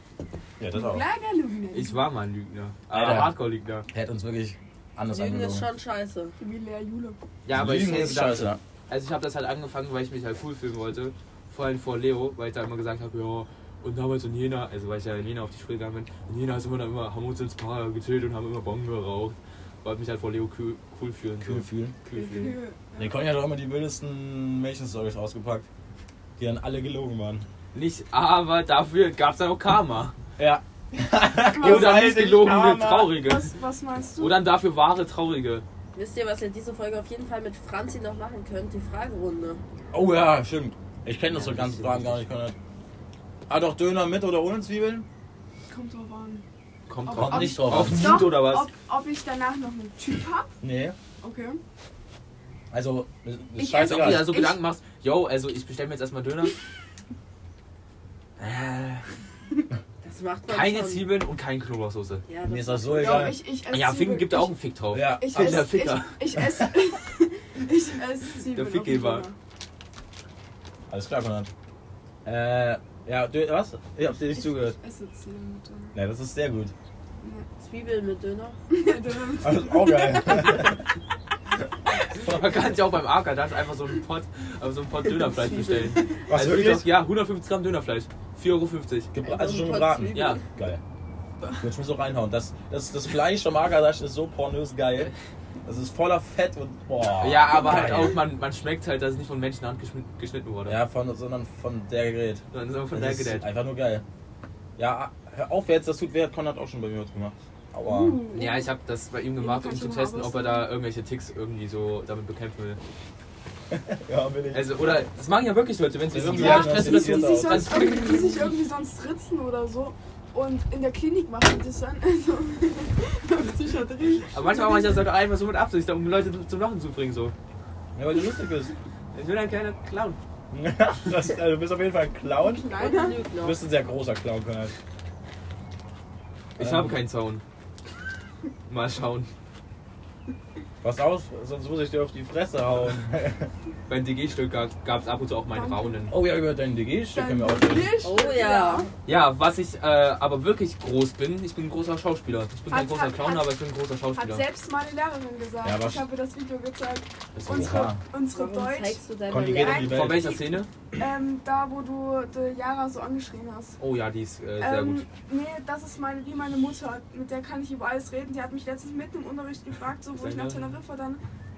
D: Ja, das auch.
E: Kleiner Lügner.
B: Oh. Ich war mal ein Lügner.
D: Alter.
B: Aber Hardcore-Lügner.
D: Er hat uns wirklich anders
C: Lügen ist
D: angelogen.
C: schon scheiße.
E: Wie Lea Jule.
B: Ja, aber
D: Lügen
B: ich
D: ist scheiße.
B: Also ich habe das halt angefangen, weil ich mich halt cool fühlen wollte. Vor allem vor Leo, weil ich da immer gesagt habe, ja, und damals in Jena, also weil ich ja in Jena auf die Schule gegangen bin, in Jena sind wir dann immer, haben wir uns ins Paar gechillt und haben immer Bon geraucht. Wollte mich halt vor Leo cool, cool fühlen. so.
D: Kühlgefühl.
B: Cool fühlen.
E: Äh,
D: Der Conny hat auch immer die wildesten Mädchen-Stories rausgepackt, die dann alle gelogen waren.
B: Nicht, aber dafür gab es dann auch Karma.
D: Ja.
B: Oder nicht gelogene
D: Karma.
B: Traurige.
E: Was, was meinst du?
B: Oder dann dafür wahre Traurige.
C: Wisst ihr, was ihr diese Folge auf jeden Fall mit Franzi noch machen könnt? Die Fragerunde.
D: Oh ja, stimmt. Ich kenne das
B: Ja,
D: so ganz
B: richtig,
D: Fragen gar nicht,
B: richtig.
D: Conrad. Ah, doch Döner mit oder ohne Zwiebeln?
E: Kommt drauf an.
B: Kommt
E: Auf-
B: drauf
E: auf-
B: an.
D: nicht drauf
B: Auf
D: an.
B: Lied oder was?
E: Ob, ob ich danach noch einen Typ hab?
D: Nee.
E: Okay.
D: Also, das
E: Ich
D: ist
B: Wenn du dir da
D: scheißegal.
B: so
E: Ich-
B: Gedanken machst, yo, also ich bestelle mir jetzt erstmal Döner. Äh,
C: Das macht man
B: Keine
C: schon.
B: Zwiebeln und keine Knoblauchsoße.
C: Ja,
D: Mir
C: das
D: ist das so
E: Doch,
D: egal.
E: ich, ich esse
B: Ah Ja,
E: Zwiebeln.
B: Fink gibt da auch einen Fick drauf.
D: Ja.
E: Ich, ich
B: Fitter,
E: esse,
B: Fitter.
E: Ich, ich esse, (laughs) ich esse Zwiebeln.
B: Der
E: auf
B: Fickgeber.
E: dem
D: Alles klar, Conrad. Äh, ja, Dö was? Ich hab dir nicht
E: Döner.
D: zugehört.
E: Ich esse Zwiebeln mit Döner.
D: Ja, das ist sehr gut.
C: Zwiebeln mit Döner.
E: (laughs) Döner mit
D: Das ist auch geil.
B: Man kann sich auch beim Arca, da ist einfach so ein Pot, also so ein Pot Dönerfleisch bestellen.
D: Was
B: also
D: wirklich?
B: Doch, ja, 150 Gramm Dönerfleisch. 4,50 Euro.
D: Gebra-
C: Einfach
D: Also schon
C: ein paar
D: gebraten.
C: Zwiebeln.
B: Ja,
D: Geil. Würde ich mir so reinhauen. Das, das, das Fleisch vom Agadash ist so pornös geil. Das ist voller Fett und boah.
B: ja aber
D: Oh, geil.
B: halt auch, man, man schmeckt halt, dass es nicht von Menschenhand geschn- geschnitten wurde.
D: Ja, von, sondern von der Gerät.
B: Sondern es ist immer von der
D: Das ist
B: gedäht.
D: einfach nur geil. Ja, hör auf jetzt, das tut weh, hat Konrad auch schon bei mir gemacht. Aber
E: Uh.
B: Ja, ich habe das bei ihm gemacht, um zu testen, ob er da irgendwelche Ticks irgendwie so damit bekämpfen will.
D: ja, bin ich.
B: Also, oder, das machen ja wirklich Leute, wenn sie
D: Ja,
B: irgendwie
D: ja,
B: ja, Stress
D: das
E: die,
D: ist
B: oder so.
E: die, sich sonst,
B: dann-
E: irgendwie- Also die sich irgendwie sonst ritzen oder so. Und in der Klinik machen die das dann. (laughs) Also, Psychiatrie.
B: Aber manchmal mache ich das halt auch einfach so mit Absicht, um Leute zum Lachen zu bringen. So.
D: Ja, weil du lustig bist. (laughs)
B: Ich will ein kleiner Clown.
D: das, also, du bist auf jeden Fall ein Clown.
C: Kleiner Lügner.
D: Du bist ein sehr großer Clown, Konrad.
B: Ich habe keinen Zaun. Mal schauen.
D: Pass auf, sonst muss ich dir auf die Fresse hauen.
B: Beim DG-Stück gab es ab und zu auch mein Raunen.
D: Oh ja, über dein DG-Stück können wir auch reden.
E: Nicht?
C: Oh ja.
B: Ja, was ich äh, aber wirklich groß bin, ich bin ein großer Schauspieler. Ich bin kein
E: Hat-
B: großer
E: hat-
B: Clown,
E: hat-
B: aber ich bin ein großer
E: Hat
B: Schauspieler.
E: selbst meine Lehrerin gesagt.
D: Ja, aber-
E: ich habe ihr das Video gezeigt.
B: Das ist
E: Unsere,
D: klar.
E: unsere
C: Warum
E: Deutsch,
C: zeigst du deine
D: Komm, die geht um
C: Lehrer?
D: die
B: Von
D: Welt.
B: welcher Szene?
E: ähm, da wo du die Yara so angeschrien hast.
B: Oh ja, die ist äh, sehr
E: Ähm,
B: gut.
E: nee, das ist meine, wie meine Mutter. Mit der kann ich über alles reden. Die hat mich letztens mitten im Unterricht gefragt, so wo ich nach Teneriffa dann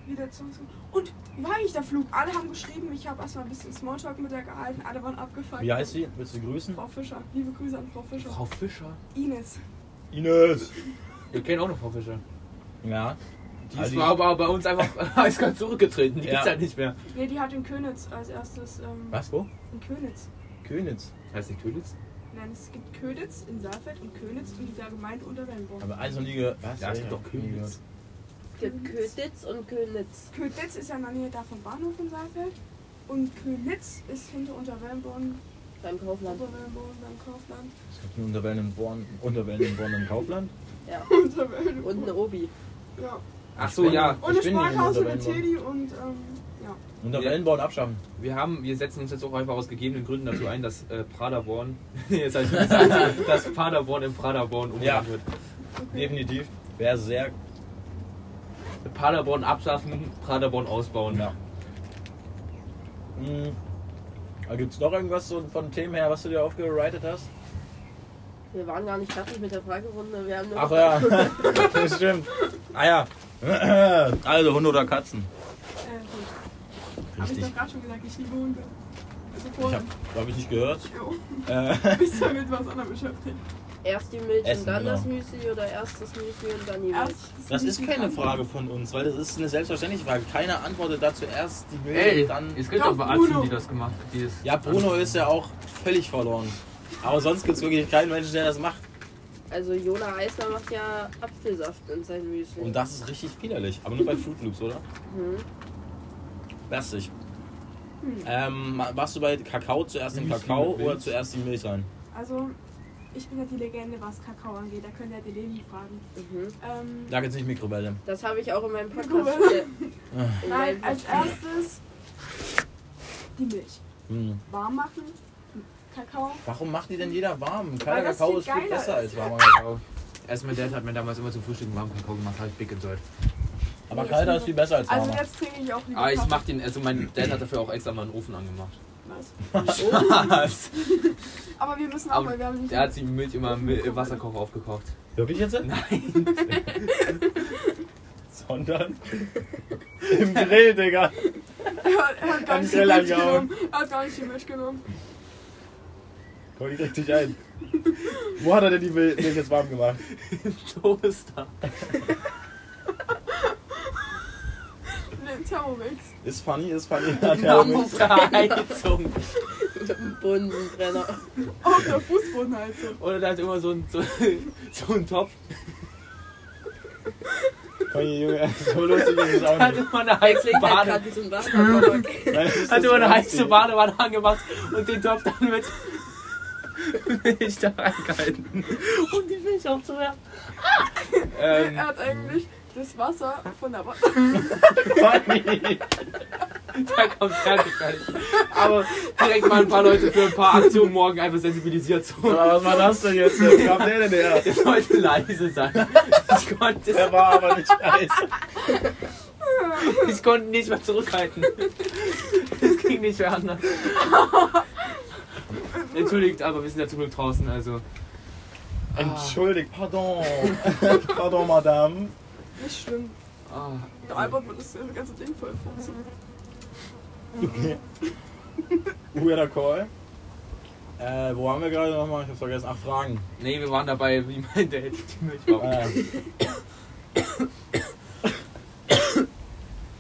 E: wieder zurück. Und wie war ich der Flug? Alle haben geschrieben, ich habe erstmal ein bisschen Smalltalk mit der gehalten, alle waren abgefuckt.
D: Wie heißt sie? Willst du grüßen?
E: Frau Fischer. Liebe Grüße an Frau Fischer.
B: Frau Fischer.
E: Ines.
D: Ines!
B: Ihr kennt auch noch Frau Fischer.
D: Ja.
B: Die
D: Also
B: ist
D: die-
B: war aber bei uns einfach (laughs) eiskalt zurückgetreten. Die
D: Ja.
B: gibt's halt nicht mehr.
E: Nee, die hat in Könitz als erstes. Ähm,
D: Was? Wo?
E: In Könitz.
D: Königs.
B: Heißt nicht Köditz?
E: Nein, es gibt Köditz in Saalfeld und Könitz in der Gemeinde Unterwellenburg.
D: Aber eins noch nie gehört. Was?
B: Ja, es gibt
D: Ja,
B: doch
D: nie
B: Köditz.
C: Es gibt Köditz und Könitz.
E: Köditz ist ja in der Nähe da vom Bahnhof in Saalfeld. Und Könitz ist hinter Unterwellenborn,
C: Beim Kaufland.
E: Oberwellenborn, beim Kaufland. (laughs)
D: Es gibt eine Unterwellen in Born, Unterwellen in Born im Kaufland.
C: Ja.
E: Unterwellenburg.
C: Und eine Obi.
E: Ja.
B: Ach so, ja.
E: Ohne
D: Ich bin nicht in
E: Sparkasse mit
D: Unterwellenborn.
E: Teddy und ähm, ja.
D: Unterwellen bauen abschaffen.
B: Wir haben, wir setzen uns jetzt auch einfach aus gegebenen Gründen dazu ein, dass äh, Paderborn, (laughs) jetzt hab ich schon (laughs) gesagt, dass Paderborn in Paderborn umgenannt
D: Ja.
B: wird.
D: Definitiv. Wäre sehr.
B: Paderborn abschaffen, Paderborn ausbauen.
D: Ja. Hm. Gibt es noch irgendwas so von Themen her, was du dir aufgeritet hast?
C: Wir waren gar nicht fertig mit der Fragerunde. Wir haben nur
D: Ach
E: (laughs)
D: ja, das stimmt. Ah ja. (clears throat) Also Hunde oder Katzen?
E: Äh, gut. Hab ich doch gerade schon gesagt, ich liebe Hunde. Also
D: Ich
E: vorhin.
D: hab, glaube ich, nicht gehört.
E: Jo, (laughs)
D: Äh,
E: bist damit was anderes beschäftigt.
C: erst die Milch
D: Essen,
C: und dann das
D: genau.
C: Müsli oder erst das Müsli und dann die Milch.
E: Erst
D: das ist
E: Müsli
D: keine
E: an-
D: Frage von uns, weil das ist eine selbstverständliche Frage. Keiner antwortet dazu erst die Milch
B: Ey,
D: dann.
B: es gibt
E: Doch,
B: doch Beamten,
E: Bruno.
B: die das gemacht haben. Die das also
D: Ja, Bruno ist ja auch völlig verloren. Aber sonst gibt es wirklich keinen Menschen, der das macht.
C: Also Jona Eisler macht ja Apfelsaft in sein Müsli.
D: Und das ist richtig widerlich. Aber nur bei Fruit Loops, oder?
C: Mhm.
D: Lästig.
E: Hm.
D: Ähm, machst du bei Kakao zuerst den
B: Müsli
D: Kakao
B: mit Milch.
D: oder zuerst die Milch rein?
E: Also, ich bin ja die Legende, was Kakao angeht. Da könnt ihr die Levi fragen.
C: Mhm.
E: Ähm,
D: Da geht's nicht Mikrowelle.
C: Das habe ich auch in meinem Podcast.
E: Mikrowelle. (laughs)
C: ge- in meinem
E: nein, als
C: Podcast-
E: erstes die Milch.
D: Hm.
E: Warm machen. Kakao.
D: Warum macht die denn jeder warm? Kalter
E: Weil das
D: Kakao
E: viel
D: ist viel
E: geiler
D: besser als
E: ist.
D: warmer Kakao.
B: Erst mein Dad hat mir damals immer zum Frühstück einen warmen Kakao gemacht, hab ich big enjoyed.
D: Aber kalter ist viel besser als
E: Also,
D: warmer.
E: jetzt trinke ich auch lieber
B: Aber ich
E: Kaffee.
B: mach den, also mein Dad hat dafür auch extra mal einen Ofen angemacht.
E: Was?
B: Was?
E: (laughs) Aber wir müssen auch,
B: Aber
E: weil wir haben nicht.
B: Der
E: (laughs)
B: hat die Milch immer im Mil- im Wasserkocher (laughs) aufgekocht.
D: Wirklich jetzt?
B: Nein.
D: (laughs)
E: (laughs)
D: Sondern im Grill, Digga.
E: er hat- er hat gar
D: Am
E: nicht die
D: Grill
E: Milch
D: angehauen.
E: genommen. Er hat gar nicht die Milch genommen.
D: Komm, ich krieg dich ein. Wo hat er denn die Mil- Milch jetzt warm gemacht?
B: Toaster.
E: Nee, Thermomix.
D: Ist funny, ist funny.
B: Heizung.
C: Mit
E: also
C: dem Bunsenbrenner.
E: Auf der halt Fußbodenheizung.
B: Oder der hat immer so einen, so, (laughs) so einen Topf.
D: Komm, Junge, (laughs) so lustig ist es auch
B: Der hat
D: nicht.
B: immer eine heiße
C: Ich (laughs) halt
B: Bade.
C: gerade zum
E: (laughs)
C: Wasser.
D: Nein, es ist
B: Hat
D: das
B: immer eine
D: lustig.
B: heiße
D: (laughs)
B: Badewanne angemacht und den Topf dann mit (laughs) Milch da reingehalten. Um die Milch aufzuwärmen.
E: Nee, er
B: Ähm,
E: hat eigentlich das Wasser von der Wasser.
D: Funny.
B: da kommt sehr gefährlich. Aber direkt mal ein paar Leute für ein paar Aktionen morgen einfach sensibilisiert. So,
D: Aber was war das denn jetzt? Wie kam der denn her?
B: ihr sollte leise sein. Ich konnte es
D: Der war aber nicht heiß.
B: Ich konnte nicht mehr zurückhalten. Es ging nicht mehr anders. Entschuldigt, aber wir sind ja zum Glück draußen, also.
D: Entschuldigt, pardon. (laughs) Pardon, Madame.
E: (laughs) Nicht schlimm.
B: Ah,
E: Der Albert wird das ganze Ding voll fuchsen.
D: Weirder Call. Äh, wo haben wir gerade nochmal? Ich hab's vergessen. Ach, Fragen.
B: nee, wir waren dabei, wie mein Dad die Milch war.
D: Äh.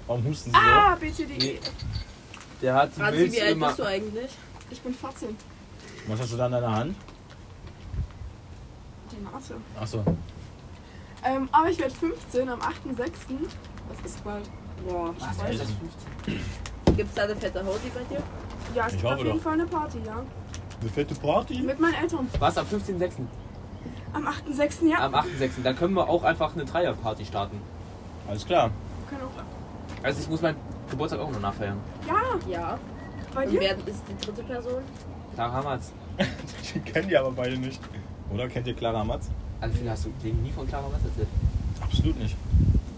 D: Warum husten Sie so?
E: Ah, BTDE.
B: Der hat die
C: Franzi,
B: Milch
C: wie alt
B: immer.
C: bist du eigentlich?
E: Ich bin 14.
D: Was hast du da in deiner Hand?
E: Die Nase.
D: Achso.
E: Ähm, aber ich werde 15 am 8.6. Das ist bald.
C: Boah.
B: Was, Alter?
C: Gibt's da eine fette Hausi bei dir?
E: Ja, es
D: Ich
E: gibt auf
D: hoffe
E: jeden
D: doch.
E: Fall eine Party, ja.
D: Eine fette Party?
E: Mit meinen Eltern.
B: Was am 15.06.?
E: Am 8.6. ja.
B: Am 8.06. Da können wir auch einfach eine Dreierparty starten.
D: Alles klar.
E: Wir können auch-
B: Also ich muss meinen Geburtstag auch noch nachfeiern.
E: Ja,
C: Ja.
E: bei
C: Und
E: dir?
C: wer ist die dritte Person?
B: Da Hamatz.
D: (laughs) Die kennen die aber beide nicht. Oder kennt ihr Clara Matz?
B: Also viel hast du Leben nie von Clara Matz erzählt.
D: Absolut nicht.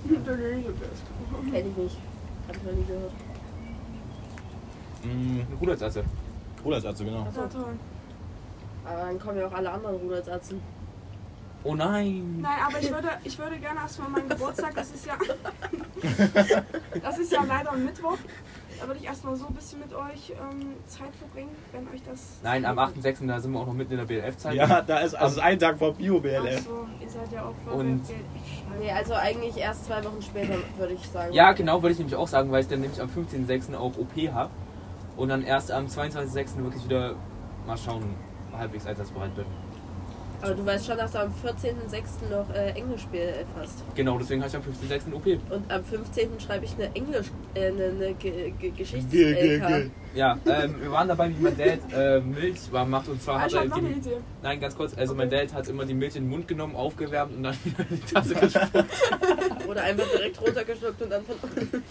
C: Kenn ich nicht. Hab ich noch nie gehört.
D: Mhm.
B: Eine Rudersasse.
D: Rudersätze, genau.
E: Ja, toll.
C: Aber dann kommen ja auch alle anderen Rudersatzen.
B: Oh nein.
E: Nein, aber ich würde, ich würde gerne erstmal meinen Geburtstag, das ist ja. (laughs) das ist ja leider am Mittwoch. Da würde ich erstmal so ein bisschen mit euch ähm, Zeit verbringen, wenn euch das.
B: Nein, am 8.06. da sind wir auch noch mitten in der BLF-Zeit.
D: Ja, da ist also ein Tag vor Bio-BLF.
E: Achso, ihr seid ja auch
B: Und-
E: Scheiße.
C: Nee, also eigentlich erst zwei Wochen später, würde ich sagen.
B: Ja, genau, wollte ich nämlich auch sagen, weil ich dann nämlich am 15.06. auch OP habe und dann erst am 22.06. wirklich wieder mal schauen, halbwegs einsatzbereit bin.
C: Aber du weißt schon, dass du am 14.06. noch äh, Englisch BLF hast.
B: Genau, deswegen habe ich am 15.06. OP.
C: Und am 15. schreibe ich eine Englisch, äh, eine, eine Ge Ge Geschichts
D: Ge- ge- ge-
C: LK.
D: (laughs)
B: Ja, ähm, wir waren dabei, wie mein Dad äh, Milch warm macht und zwar
E: Ah,
B: hat
E: ich
B: er
E: habe noch eine
B: die,
E: Idee.
B: Nein, ganz kurz, also mein Dad hat immer die Milch in den Mund genommen, aufgewärmt und dann (laughs) wieder in die Tasse gespuckt.
C: Oder einfach direkt runtergeschluckt und dann von unten.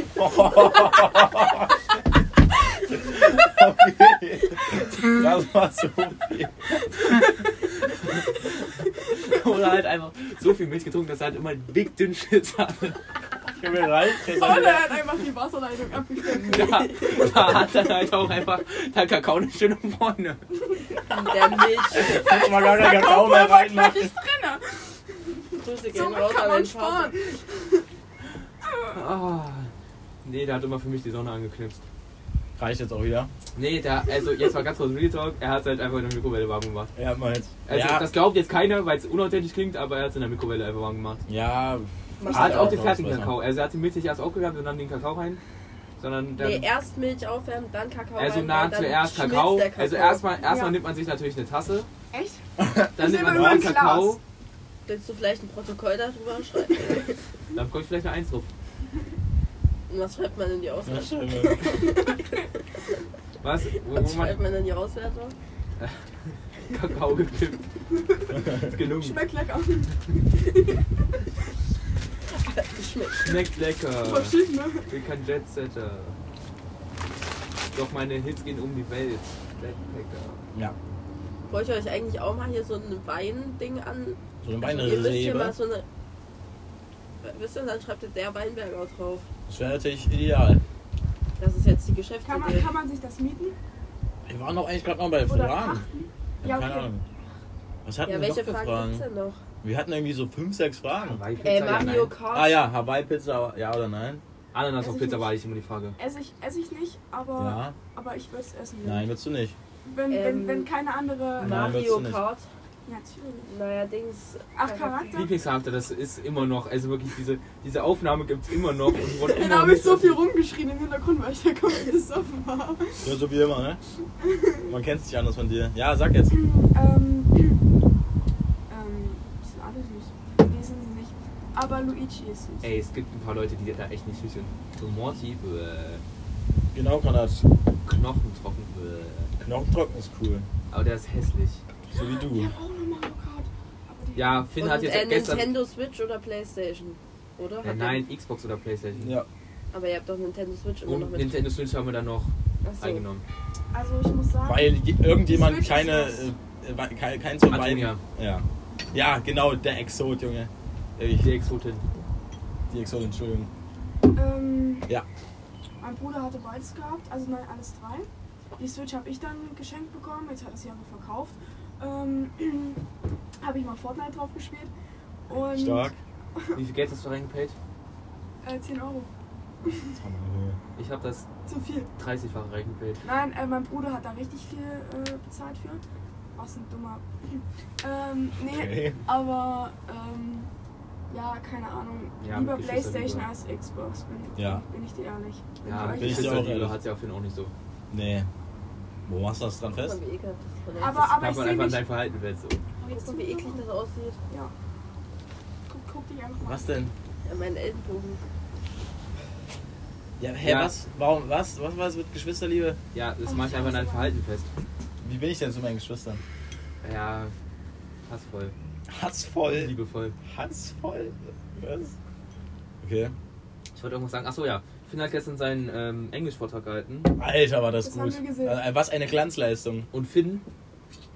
D: Das war so viel.
B: Oder halt einfach so viel Milch getrunken, dass er halt immer einen big dünn Schiss hatte.
D: Können wir
C: (laughs)
D: rein?
E: Oh, der hat einfach die Wasserleitung abgestellt.
B: Da, da hat dann halt auch einfach der Kakao eine schöne Freunde.
C: Der Milch.
D: Jetzt mal gar kein Kakao mehr reinmachen.
E: Ist drinne.
C: Grüße gehen
E: So
C: raus
E: kann
C: an
E: man
C: den Vater.
E: sparen.
B: Ah, nee, der hat immer für mich die Sonne angeknipst.
D: Reicht jetzt auch wieder.
B: Nee, der, also jetzt mal ganz kurz Real Talk, er hat halt einfach in der Mikrowelle warm gemacht.
D: Ja, mal jetzt.
B: Also
D: ja,
B: das glaubt jetzt keiner, weil es unauthentisch klingt, aber er hat es in der Mikrowelle einfach warm gemacht.
D: ja,
B: Er hat
D: Ja, ne?
B: auch den
D: noch
B: fertigen
D: was besser.
B: Kakao. Also er hat die Milch nicht erst aufgewärmt und dann den Kakao rein, sondern der,
C: Nee, erst Milch aufwärmen, dann Kakao.
B: Also
C: rein,
B: na,
C: weil dann
B: zuerst
C: schmilzt
B: Kakao.
C: der Kakao.
B: Also erstmal erstmal
E: Ja.
B: nimmt man sich natürlich eine Tasse,
E: Echt?
B: dann nimmt man
E: nehme
B: einen
E: immer ein
B: Kakao,
E: Glas.
C: Willst du vielleicht ein Protokoll darüber schreiben?
B: dann komme ich vielleicht eine Eins drauf.
C: Und was schreibt man in die Auswertung? (laughs)
B: Was? Wo,
C: Was
B: wo
C: schreibt
B: man
C: man in die Auswertung?
B: Kakao gekippt. Ist gelungen.
E: Schmeckt lecker. (laughs)
C: Geschmeckt.
B: Schmeckt lecker.
E: Verschieden, ne?
B: Ich bin kein Jetsetter. Doch meine Hits gehen um die Welt. Schmeckt lecker.
D: (laughs) ja.
C: Wollt ihr euch eigentlich auch mal hier so ein Wein-Ding an? Also
D: So eine
C: Ihr wisst hier mal
D: Weinrebe.
C: so eine. Wisst ihr, dann schreibt ihr der Weinberger drauf.
D: Das wäre natürlich ideal.
C: Das ist jetzt die
E: Kann man,
C: Geschäftsidee.
E: kann man sich das mieten?
D: Wir waren doch eigentlich gerade noch bei
E: Oder
D: Fragen.
E: pachten?
D: Ja,
E: Ja,
D: keine
E: okay.
D: Ahnung. Was hatten
C: Ja,
D: wir noch
C: welche
D: für
C: Fragen
D: Fragen?
C: gibt's denn noch?
D: Wir hatten irgendwie so fünf, sechs Fragen.
B: Hawaii-Pizza,
C: Äh,
B: ja,
C: Mario
B: nein.
C: Kart.
D: Ah ja, Hawaii-Pizza, ja oder nein?
B: Ananas auf
E: Weiß ich
B: Pizza
E: nicht.
B: war eigentlich immer die Frage.
E: Esse ich, esse ich nicht, aber,
D: Ja.
E: aber ich würde es essen.
D: Nein, willst du nicht.
E: Wenn,
C: Ähm,
E: wenn, wenn keine andere.
D: Nein,
C: Mario
D: willst du nicht.
C: Kart.
E: Natürlich.
C: Naja, Dings.
E: Ach, Charakter?
B: Lieblingscharakter, das ist immer noch, also wirklich diese, diese Aufnahme gibt es immer noch und wurde
E: Dann
C: Genau,
B: immer
E: habe ich
B: nicht-
E: so viel rumgeschrien im Hintergrund, weil ich da komplett (laughs) besoffen war.
D: Ja, so wie immer, ne? Man kennt sich anders von dir. Ja, sag jetzt.
E: Ähm. Ähm. Die sind alle süß. Nee, sind die nicht. Aber Luigi ist süß.
B: Ey, es gibt ein paar Leute, die da echt nicht süß sind. So Morty, bäh.
D: Genau, Konrad.
B: Knochen trocken, bäh.
D: Knochentrocken ist cool.
B: Aber der ist hässlich.
D: So wie du.
E: Auch noch Mario Kart. Aber die
B: Ja, Finn
C: Und
B: hat jetzt
C: äh,
B: gestern.
C: Nintendo Switch oder Playstation? Oder? Habt
B: Äh,
C: ihr-
B: nein, Xbox oder Playstation.
D: Ja.
C: Aber ihr habt doch Nintendo Switch immer noch
B: Und
C: mit.
B: Nintendo Switch haben wir dann noch
C: Ach so.
B: eingenommen.
E: Also ich muss sagen.
D: Weil je- irgendjemand
E: Switch ist
D: keine.
E: was.
D: Äh, wei- kein, keins von beiden.
B: Antonia.
D: Ja. Ja, genau, der Exot, Junge.
B: Die
D: Ehrlich,
B: Exotin.
D: die Exot, Entschuldigung.
E: Ähm,
D: Ja.
E: Mein Bruder hatte beides gehabt, also nein, alles drei. Die Switch habe ich dann geschenkt bekommen, jetzt hat er sie einfach verkauft. Ähm, (clears throat) habe ich mal Fortnite drauf gespielt. Und,
D: Stark.
B: Wie viel Geld hast du reingepayt?
E: Äh, 10 Euro.
B: Ich habe das
E: Zu viel.
B: 30-fache reingepayt.
E: Nein, äh, mein Bruder hat da richtig viel äh, bezahlt für. Was ein dummer. (clears throat) ähm, nee,
D: Okay.
E: aber ähm, ja, keine Ahnung.
B: Ja,
E: Lieber
B: mit Geschwistern
E: Playstation
B: lieber.
E: als Xbox, bin,
D: Ja.
E: bin ich dir ehrlich. Bin
B: Ja,
E: ich
D: bin ich
E: ehrlich.
D: dir auch
B: Geschwisterliebe
D: ehrlich.
B: hat sie auf jeden auch nicht so.
D: Nee. Wo machst du das dran
C: Guck
D: fest?
C: mal, wie ekelhaft das verläuft.
E: aber aber
B: Merkt
E: ich
B: man
E: sehe
B: einfach an
E: mich.
B: deinem Verhalten, wenn so.
C: Guck mal, wie eklig das aussieht.
E: Ja. Guck, guck dich einfach mal.
D: Was denn?
C: An meinen Ellenbogen.
D: Ja, hä,
B: Ja.
D: was? Warum, was? Was war es mit Geschwisterliebe?
B: Ja,
E: Oh,
B: das mache ich einfach an deinem Verhalten fest.
D: Wie bin ich denn zu meinen Geschwistern?
B: Ja, hassvoll,
D: Hassvoll.
B: liebevoll.
D: Hassvoll. Was? Okay.
B: Ich wollte irgendwas sagen. Achso, ja. Finn hat gestern seinen ähm, Englischvortrag gehalten
D: Alter, war das,
E: Das
D: gut.
E: haben wir gesehen.
D: Äh, Was eine Glanzleistung.
B: und Finn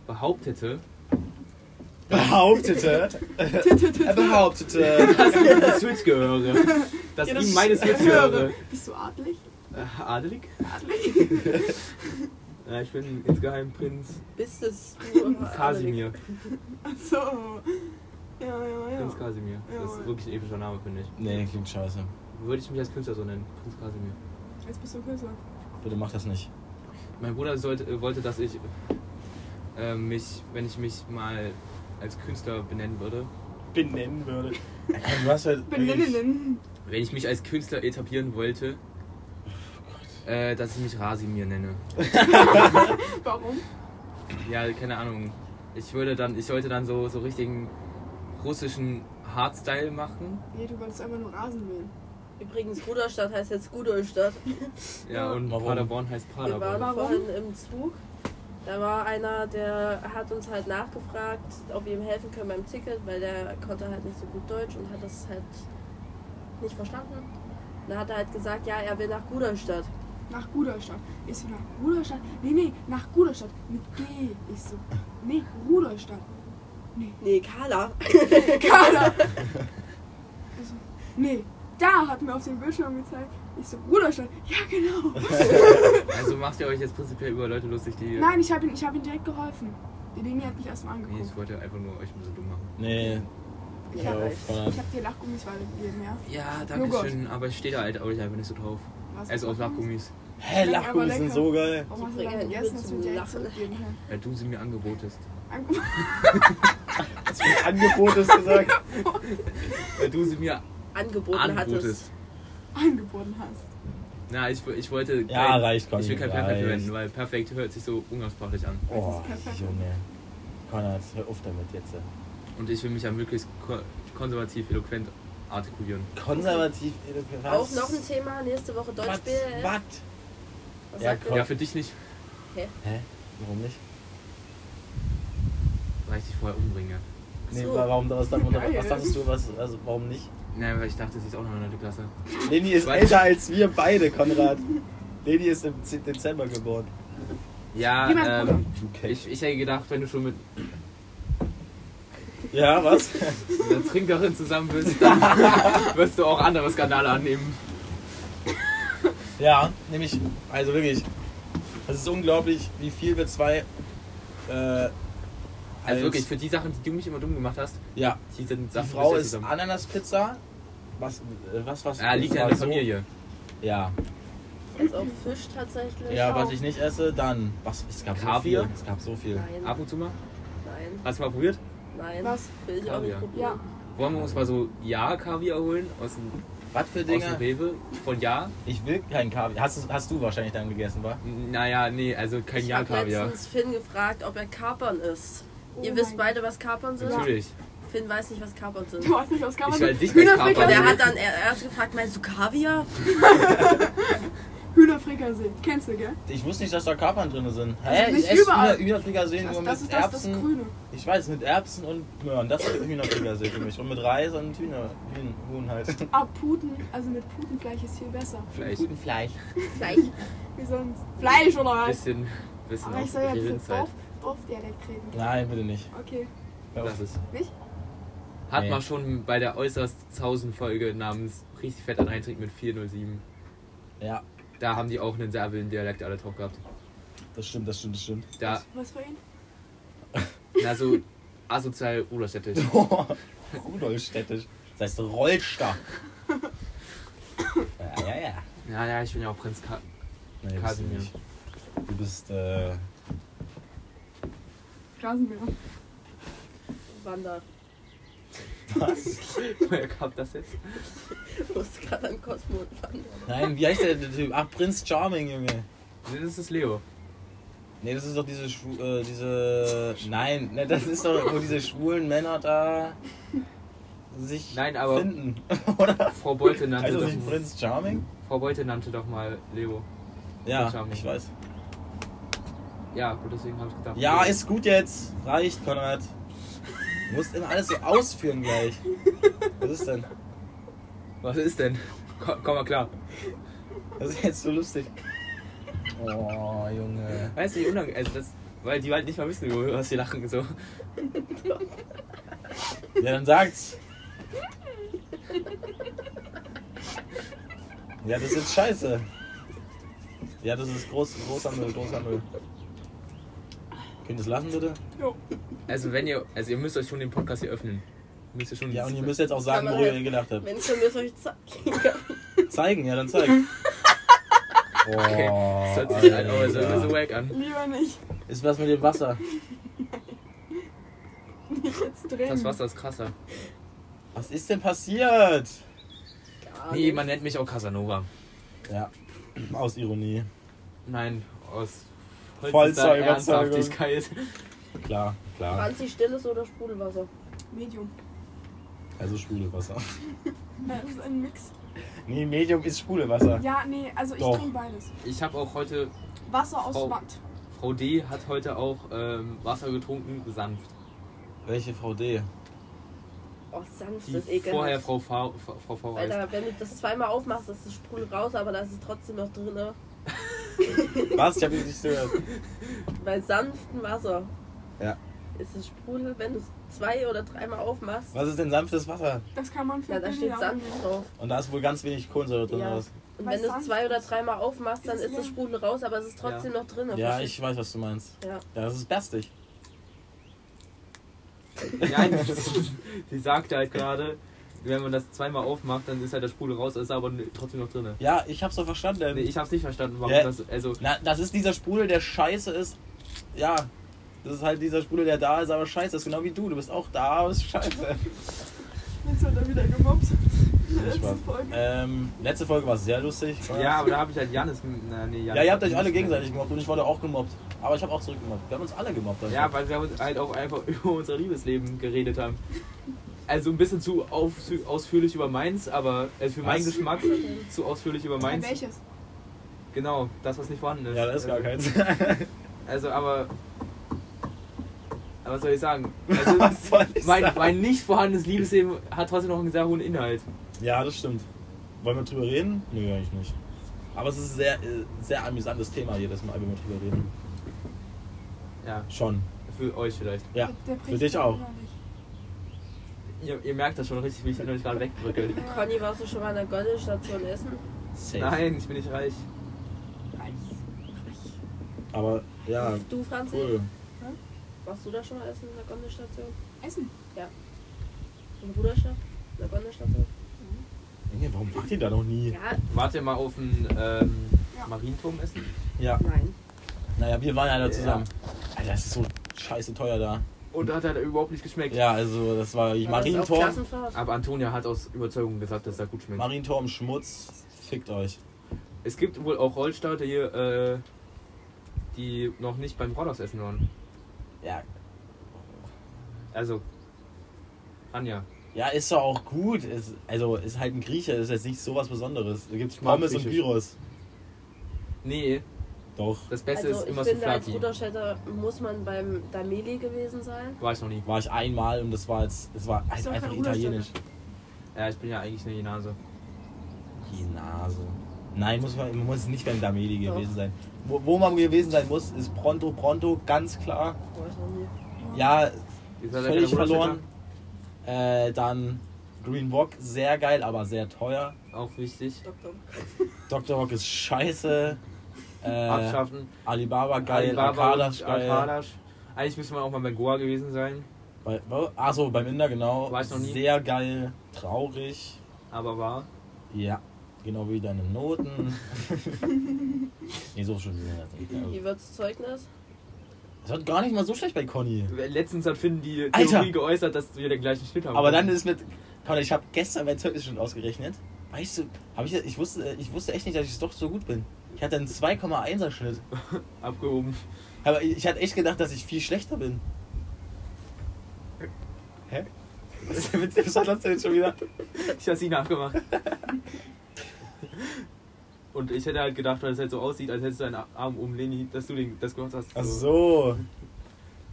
B: behauptete,
E: (laughs)
D: Behauptete. er behauptete.
B: dass ihm die Switch gehöre. Dass
D: Ja, das-
B: ihm meine
E: (laughs)
B: Switch gehöre.
E: Bist du adelig?
B: Äh, adelig? (laughs)
E: Adelig?
B: Ja, ich bin insgeheim Prinz
C: Bist es (laughs) du?
E: Oh,
B: Kasimir.
E: Achso. Ja, ja, ja.
B: Prinz Kasimir. Das ist wirklich ein epischer Name, finde ich.
D: Nee, klingt scheiße.
B: Würde ich mich als Künstler so nennen. Prinz Kasimir.
E: Jetzt bist du größer.
D: Bitte mach das nicht.
B: Mein Bruder sollte, äh, wollte, dass ich äh, mich, wenn ich mich mal als Künstler benennen würde,
F: benennen würde.
D: Ey, Du hast halt wirklich-
E: Beninnen.
B: wenn ich mich als Künstler etablieren wollte, äh, dass ich mich Rasimir nenne.
E: Warum?
B: Ja, keine Ahnung. Ich würde dann, ich sollte dann so, so richtigen russischen Hardstyle machen.
E: Nee, du wolltest einfach nur Rasen mähen.
C: Übrigens, Ruderstadt heißt jetzt Gudolstadt.
B: Ja, und
D: Warum?
B: Paderborn heißt
C: Wir waren
B: Paderborn.
C: vorhin im Zug. Da war einer, der hat uns halt nachgefragt, ob wir ihm helfen können beim Ticket, weil der konnte halt nicht so gut Deutsch und hat das halt nicht verstanden. Und da hat er halt gesagt, ja, er will nach Gudolstadt.
E: Nach Guderstadt. Ich so, nach Guderstadt? Nee, nee, nach Guderstadt. Mit G. Ich so, nee, Ruderstadt.
C: Nee, Carla. (laughs)
E: Kader. Ich so, Also, nee, da hat mir auf dem Bildschirm gezeigt. Ich so, Ruderstadt. Ja, genau.
B: Also macht ihr euch jetzt prinzipiell über Leute lustig, die.
E: Nein, ich habe ihn, ich hab ihn direkt geholfen. Die Leni hat mich erstmal
B: Nee, ich
E: angeguckt.
B: wollte einfach nur euch ein bisschen dumm machen.
D: Nee,
E: Ich
D: ja,
E: habe
D: auf, äh,
E: hab dir Lachgummis weitergegeben, ja.
B: Ja,
E: Oh
B: danke
E: Gott.
B: schön, aber ich stehe da halt auch nicht einfach nicht so drauf.
E: Was?
B: Also auf Lachgummis.
D: Hä,
E: Schmeckt aber
D: Lachgummis sind
E: lecker.
D: so geil.
E: Warum hast du
C: Die
E: dann
C: bringen
E: gegessen,
C: Liebe
E: dass du
C: zum
E: mir direkt
C: Lachen.
E: zurückgeben (laughs) kannst?
B: Weil du sie mir angebotest.
E: Ange-
D: Hast du ein Angebot ist gesagt?
B: Weil du sie mir
C: Angeboten hat es.
B: anbotest.
E: Angeboten hast.
B: Na, ich, ich wollte.
D: Ja, reicht, komm,
B: Ich will kein Perfekt
D: reicht.
B: verwenden, weil Perfekt hört sich so umgangssprachlich an.
D: Oh,
E: Das ist perfekt.
D: Junge. Konrad, hör auf damit jetzt.
B: Und ich will mich ja möglichst ko konservativ, eloquent artikulieren.
D: Konservativ,
C: Auch noch ein Thema, nächste Woche
D: Was?
C: Deutschspiel.
D: Was?
C: Was
D: Ja,
C: sagt ihr?
D: komm.
B: Ja, für dich nicht,
D: Hä? Warum nicht?
B: weil ich dich vorher umbringe.
D: Nee,
C: So.
D: warum, was, was,
E: Geil.
D: was dachtest du, was, also warum nicht?
B: Nein, weil ich dachte, sie ist auch noch in der Klasse.
D: Leni ist
B: Weil-
D: älter als wir beide,
B: (laughs)
D: Konrad. Leni ist im 10. Dezember geboren.
B: Ja,
E: Wie mein Bruder.
B: ähm,
D: Okay.
B: ich, ich hätte gedacht, wenn du schon mit
D: Ja, was? (laughs)
B: einer Trinkerin zusammen bist, dann wirst du auch andere Skandale annehmen.
D: Ja, nämlich, also wirklich, es ist unglaublich, wie viel wir zwei, äh,
B: Also wirklich, für die Sachen, die du mich immer dumm gemacht hast,
D: ja,
B: die sind
D: die
B: Sachen,
D: Frau
B: bist du
D: ist
B: zusammen-
D: Ananaspizza, was, äh, was, was?
B: Ja, liegt ja in
D: was
B: der
D: so-
B: Familie.
D: Ja,
C: Jetzt auch Fisch tatsächlich.
D: ja, was
C: Auch.
D: ich nicht esse, dann, was, es gab
B: Kaviar?
D: so viel, es gab so viel.
C: Nein,
B: Ab und zu mal.
C: nein,
B: Hast du mal probiert?
C: nein.
E: Was?
C: Will ich auch nicht
B: Kaviar.
C: probieren.
E: Ja.
B: Wollen wir uns mal so Ja-Kaviar holen aus dem,
D: Was für
B: aus dem
D: Dinge?
B: Rewe? Von Ja?
D: Ich will kein Kaviar. Hast, du- hast du wahrscheinlich dann gegessen, war?
B: N- Naja, nee, also kein
C: Ich habe
B: Ja-Kaviar.
C: letztens Finn gefragt, ob er Kapern ist.
E: Oh
C: Ihr wisst
E: mein
C: beide, was Kapern sind?
B: Natürlich.
C: Finn weiß nicht, was Kapern
E: (laughs)
C: sind.
E: Du hast nicht aus
B: Ich
E: Kammern.
B: werde dich nicht
E: Hühnerfrikassee.
C: Und er
B: kapern.
C: hat dann er- erst gefragt, meinst du Kaviar?
E: Hühnerfrikassee. Kennst du, gell?
D: Ich wusste nicht, dass da Kapern drin sind.
E: Also
D: Hä?
E: nicht
D: ich esse
E: überall.
D: Hühner, Hühnerfrikassee
E: Das,
D: nur
E: das
D: mit
E: ist das, das
D: Erbsen.
E: Grüne.
D: ich weiß, mit Erbsen und Möhren. Das ist Hühnerfrikassee für mich. Und mit Reis und Hühner, Hühn, Huhn halt.
E: Aber Puten, also mit Putenfleisch ist viel besser.
B: Vielleicht
D: Guten Fleisch.
C: Gleich.
E: Wie sonst? Fleisch oder
B: ein
E: was?
B: bisschen, bisschen
E: Aber Ah, ich soll ja ein bisschen
B: Redezeit.
E: Dorf, Dorfdialekt reden.
D: Nein, bitte nicht.
E: Okay.
B: Das ist.
E: Nicht?
B: Hat
D: Nee.
B: man schon bei der äußerst zausen Folge namens Richtig fett an Eintritt mit 407.
D: Ja,
B: Da haben die auch einen serbischen Dialekt alle drauf gehabt.
D: das stimmt, das stimmt, das
E: (laughs)
D: stimmt.
B: Da,
E: Was für ihn?
B: na so asozial ruderstädtisch.
D: Rudolstädtisch. Das heißt
E: (laughs)
D: Rollstar. ja, ja, ja.
B: Ja, ja, ich bin ja auch Prinz Ka (laughs)
D: Nee, bist du
B: Kasimir.
D: nicht. Du bist, äh,
E: Rasenmäher.
C: Wander.
D: was?
B: Woher kam das jetzt?
C: Ich musste gerade an Cosmo und Wander.
D: Nein, wie heißt der, der Typ? Ach, Prinz Charming, Junge.
B: Nee, das ist Leo.
D: Nee, das ist doch diese Schwu äh, diese. Nein, ne, das ist doch, wo diese schwulen Männer da sich
B: Nein, aber- (laughs)
D: finden, oder?
B: Frau Bolte nannte,
D: Also nicht
B: doch,
D: Prinz Charming?
B: Frau Bolte nannte doch mal Leo.
D: Ja,
B: Charming.
D: ich weiß.
B: Ja, gut, deswegen habe ich gedacht.
D: Ja,
B: Leo.
D: ist gut jetzt. Reicht, Konrad. Du musst immer alles so ausführen gleich. Was ist denn?
B: Was ist denn? Komm, komm mal klar.
D: Das ist jetzt so lustig. Oh, Junge.
B: Weißt du, wie unangenehm. Also das, weil die halt nicht mal wissen, wo- was sie lachen. So.
D: Ja, dann sagt's. Ja, das ist jetzt scheiße. Ja, das ist groß, großer Müll, großer Müll. Könnt ihr es lassen, bitte?
B: Also, wenn ihr. Also, ihr müsst euch schon den Podcast hier öffnen. Müsst ihr schon.
D: Ja, und ihr müsst jetzt auch sagen,
C: Kamera.
D: worüber ihr gedacht habt.
C: Wenn es schon ist, euch zeigen.
D: Zeigen, ja, dann zeigen.
B: (laughs) Okay.
D: Oh,
B: Das hört sich halt auch so,
D: Alter.
B: so wack an.
E: Lieber nicht.
D: Ist was mit dem Wasser?
E: Nicht jetzt drehen.
B: Das Wasser ist krasser.
D: Was ist denn passiert? Ah,
C: Gar
B: Nee,
C: nicht.
B: man nennt mich auch Casanova.
D: Ja, aus Ironie.
B: Nein, aus
D: Vollster Überzeugung.
B: Ernsthaftigkeit.
D: Klar, klar.
C: Franzi, stilles oder Sprudelwasser?
E: Medium.
D: Also Sprudelwasser.
E: Ja, Das ist ein Mix.
D: Nee, Medium ist Sprudelwasser.
E: Ja, nee, also ich
D: Doch.
E: trinke beides.
B: Ich habe auch heute.
E: Wasser aus
B: Oh.
E: Watt.
B: Frau D hat heute auch ähm, Wasser getrunken, sanft.
D: Welche Frau D?
C: Oh, sanft,
B: Die
C: das ist
B: vorher
C: ekelhaft.
B: Frau V, Frau- Frau V heißt.
C: Alter, wenn du das zweimal aufmachst, ist das Sprudel raus, aber da ist es trotzdem noch drin. ne?
D: Was? Ich hab dich nicht gehört.
C: Bei sanftem Wasser
D: Ja.
C: ist es Sprudel, wenn du es zwei oder dreimal aufmachst.
D: Was ist denn sanftes Wasser?
E: Das kann man für
C: Ja, da steht
E: Billiarden
C: sanft
E: nehmen.
C: drauf.
D: Und da ist wohl ganz wenig Kohlensäure drin
C: Ja.
D: oder was?
C: Und
E: Weil
C: wenn du es
E: sanft
C: zwei oder
E: ist-
C: dreimal aufmachst, dann
E: ist es
C: ist das
E: leer.
C: Sprudel raus, aber es ist trotzdem noch drin.
D: Ja, ich weiß, was du meinst.
C: Ja.
D: Ja, das ist bestig.
B: (laughs) Nein, (laughs) sie sagte halt gerade, wenn man das zweimal aufmacht, dann ist halt der Sprudel raus, ist aber trotzdem noch drin.
D: Ja, ich hab's doch verstanden.
B: Nee, ich hab's nicht verstanden, warum
D: Ähm, Ja.
B: das. Also,
D: Na, das ist dieser Sprudel, der scheiße ist. Ja, das ist halt dieser Sprudel, der da ist, aber scheiße ist. Genau wie du. Du bist auch da, aber ist scheiße.
C: (laughs)
E: Jetzt wird er wieder gemobbt.
D: Nee, Spaß.
E: Folge.
D: Ähm, letzte Folge war sehr lustig.
B: ja, aber da habe ich halt Janis. Na, nee, Janis
D: Ja, ihr habt
B: hat
D: euch alle
B: nicht-
D: gegenseitig gemobbt und ich wurde auch gemobbt. Aber ich habe auch zurückgemobbt. Wir haben uns alle gemobbt. Also.
B: Ja, weil wir haben halt auch einfach (laughs) über unser Liebesleben geredet haben. Also ein bisschen zu auf, zu ausführlich über meins, aber also für meinen
D: Was?
B: Geschmack zu ausführlich über meins.
E: Welches?
B: Genau, das was nicht vorhanden ist.
D: ja das ist gar
B: Also- (laughs)
D: keins.
B: Also, aber. Aber was soll ich sagen? Also,
D: (laughs) Was soll ich
B: mein,
D: sagen?
B: mein nicht vorhandenes Liebesleben hat trotzdem noch einen sehr hohen Inhalt.
D: Ja, das stimmt. Wollen wir drüber reden? Nö, eigentlich nicht. Aber es ist ein sehr, äh, sehr amüsantes Thema jedes Mal, wenn wir drüber reden.
B: Ja,
D: Schon.
B: für euch vielleicht.
D: Ja,
E: Der
D: für
E: bricht
D: dich
E: dann
D: auch.
E: innerlich.
B: Ihr, ihr merkt das schon richtig, wie ich innerlich gerade wegdrücke.
C: Conny, warst du schon mal an der Gottestation essen?
D: Safe.
B: Nein, ich bin nicht reich.
D: Aber ja,
C: Du, Franzi,
D: cool.
C: warst du da schon mal essen in der Gottestation?
E: Essen.
C: In Bruderschaft? In der Gottestation?
D: Inge, warum macht ihr da noch nie?
C: Ja,
B: Wart ihr mal auf ein ähm,
E: Ja.
B: Marienturm essen?
D: Ja.
C: nein.
D: Naja, wir waren ja da
B: Ja.
D: zusammen. Alter, das ist so scheiße teuer da.
B: Und hat halt überhaupt nicht geschmeckt.
D: Ja, also das war
C: War das auf
D: Marienturm.
C: Klassenfahrt?
B: Aber Antonia hat aus Überzeugung gesagt, dass das gut schmeckt.
D: Marienturm, Schmutz. Fickt euch.
B: es gibt wohl auch Rollstarter hier, äh, die noch nicht beim Brothers essen waren.
D: Ja,
B: Also, Anja.
D: Ja, ist doch auch gut. Ist, also ist halt ein Grieche, ist jetzt nicht so was Besonderes. Da gibt's
B: mag
D: Pommes und
B: Griechisch.
D: Gyros.
B: Nee,
D: Doch,
B: das Beste
C: also
B: ist immer
C: ich finde, als
B: Souflaki.
C: Bruderstädter muss man beim Dameli gewesen sein.
B: War ich noch nie.
D: war ich einmal und das war jetzt, es war halt
E: doch
D: einfach
E: keine Ruderstelle.
D: italienisch.
B: Ja, ich bin ja eigentlich eine Nase.
D: Die Nase. Nein, muss man, man muss nicht beim Dameli
C: Doch.
D: gewesen sein. Wo, wo man gewesen sein muss, ist Pronto Pronto, ganz klar.
C: War ich noch nie.
D: Ja,
B: Ihr seid ja
D: völlig
B: keine
D: verloren. Äh, dann Green Rock, sehr geil, aber sehr teuer.
B: Rollstarter, Auch wichtig.
C: Doktor.
D: Dr. Rock ist scheiße. Äh,
B: Abschaffen.
D: Alibaba geil,
B: Alibaba und
D: Alibaba Arkadas geil.
B: Arkadas. Eigentlich müsste man auch mal bei Goa gewesen sein,
D: Bei, bei- ach so, beim Inder, genau.
B: War ich noch nie.
D: Sehr geil, traurig.
B: aber war.
D: Ja, genau wie deine Noten. (laughs) nee, so schön sind das nicht. Also,
C: Wie wird's Zeugnis?
D: Es wird gar nicht mal so schlecht bei Conny.
B: Letztens hat Finn die Theorie
D: Alter!
B: geäußert, dass wir den gleichen Schnitt haben.
D: Aber dann ist mit. Conny, ich habe gestern mein Zeugnis schon ausgerechnet. Weißt du, hab ich, ich, wusste, ich wusste echt nicht, dass ich doch so gut bin. Ich hatte einen 2,1er Schnitt.
B: abgehoben.
D: Aber ich, ich hatte echt gedacht, dass ich viel schlechter bin. Hä?
F: Das ist ja witzig, was hat das denn jetzt schon wieder?
B: Ich hab's ihm nachgemacht. Und ich hätte halt gedacht, weil es halt so aussieht, als hättest du deinen Arm um Leni, dass du den, das gemacht hast.
D: Ach Also so.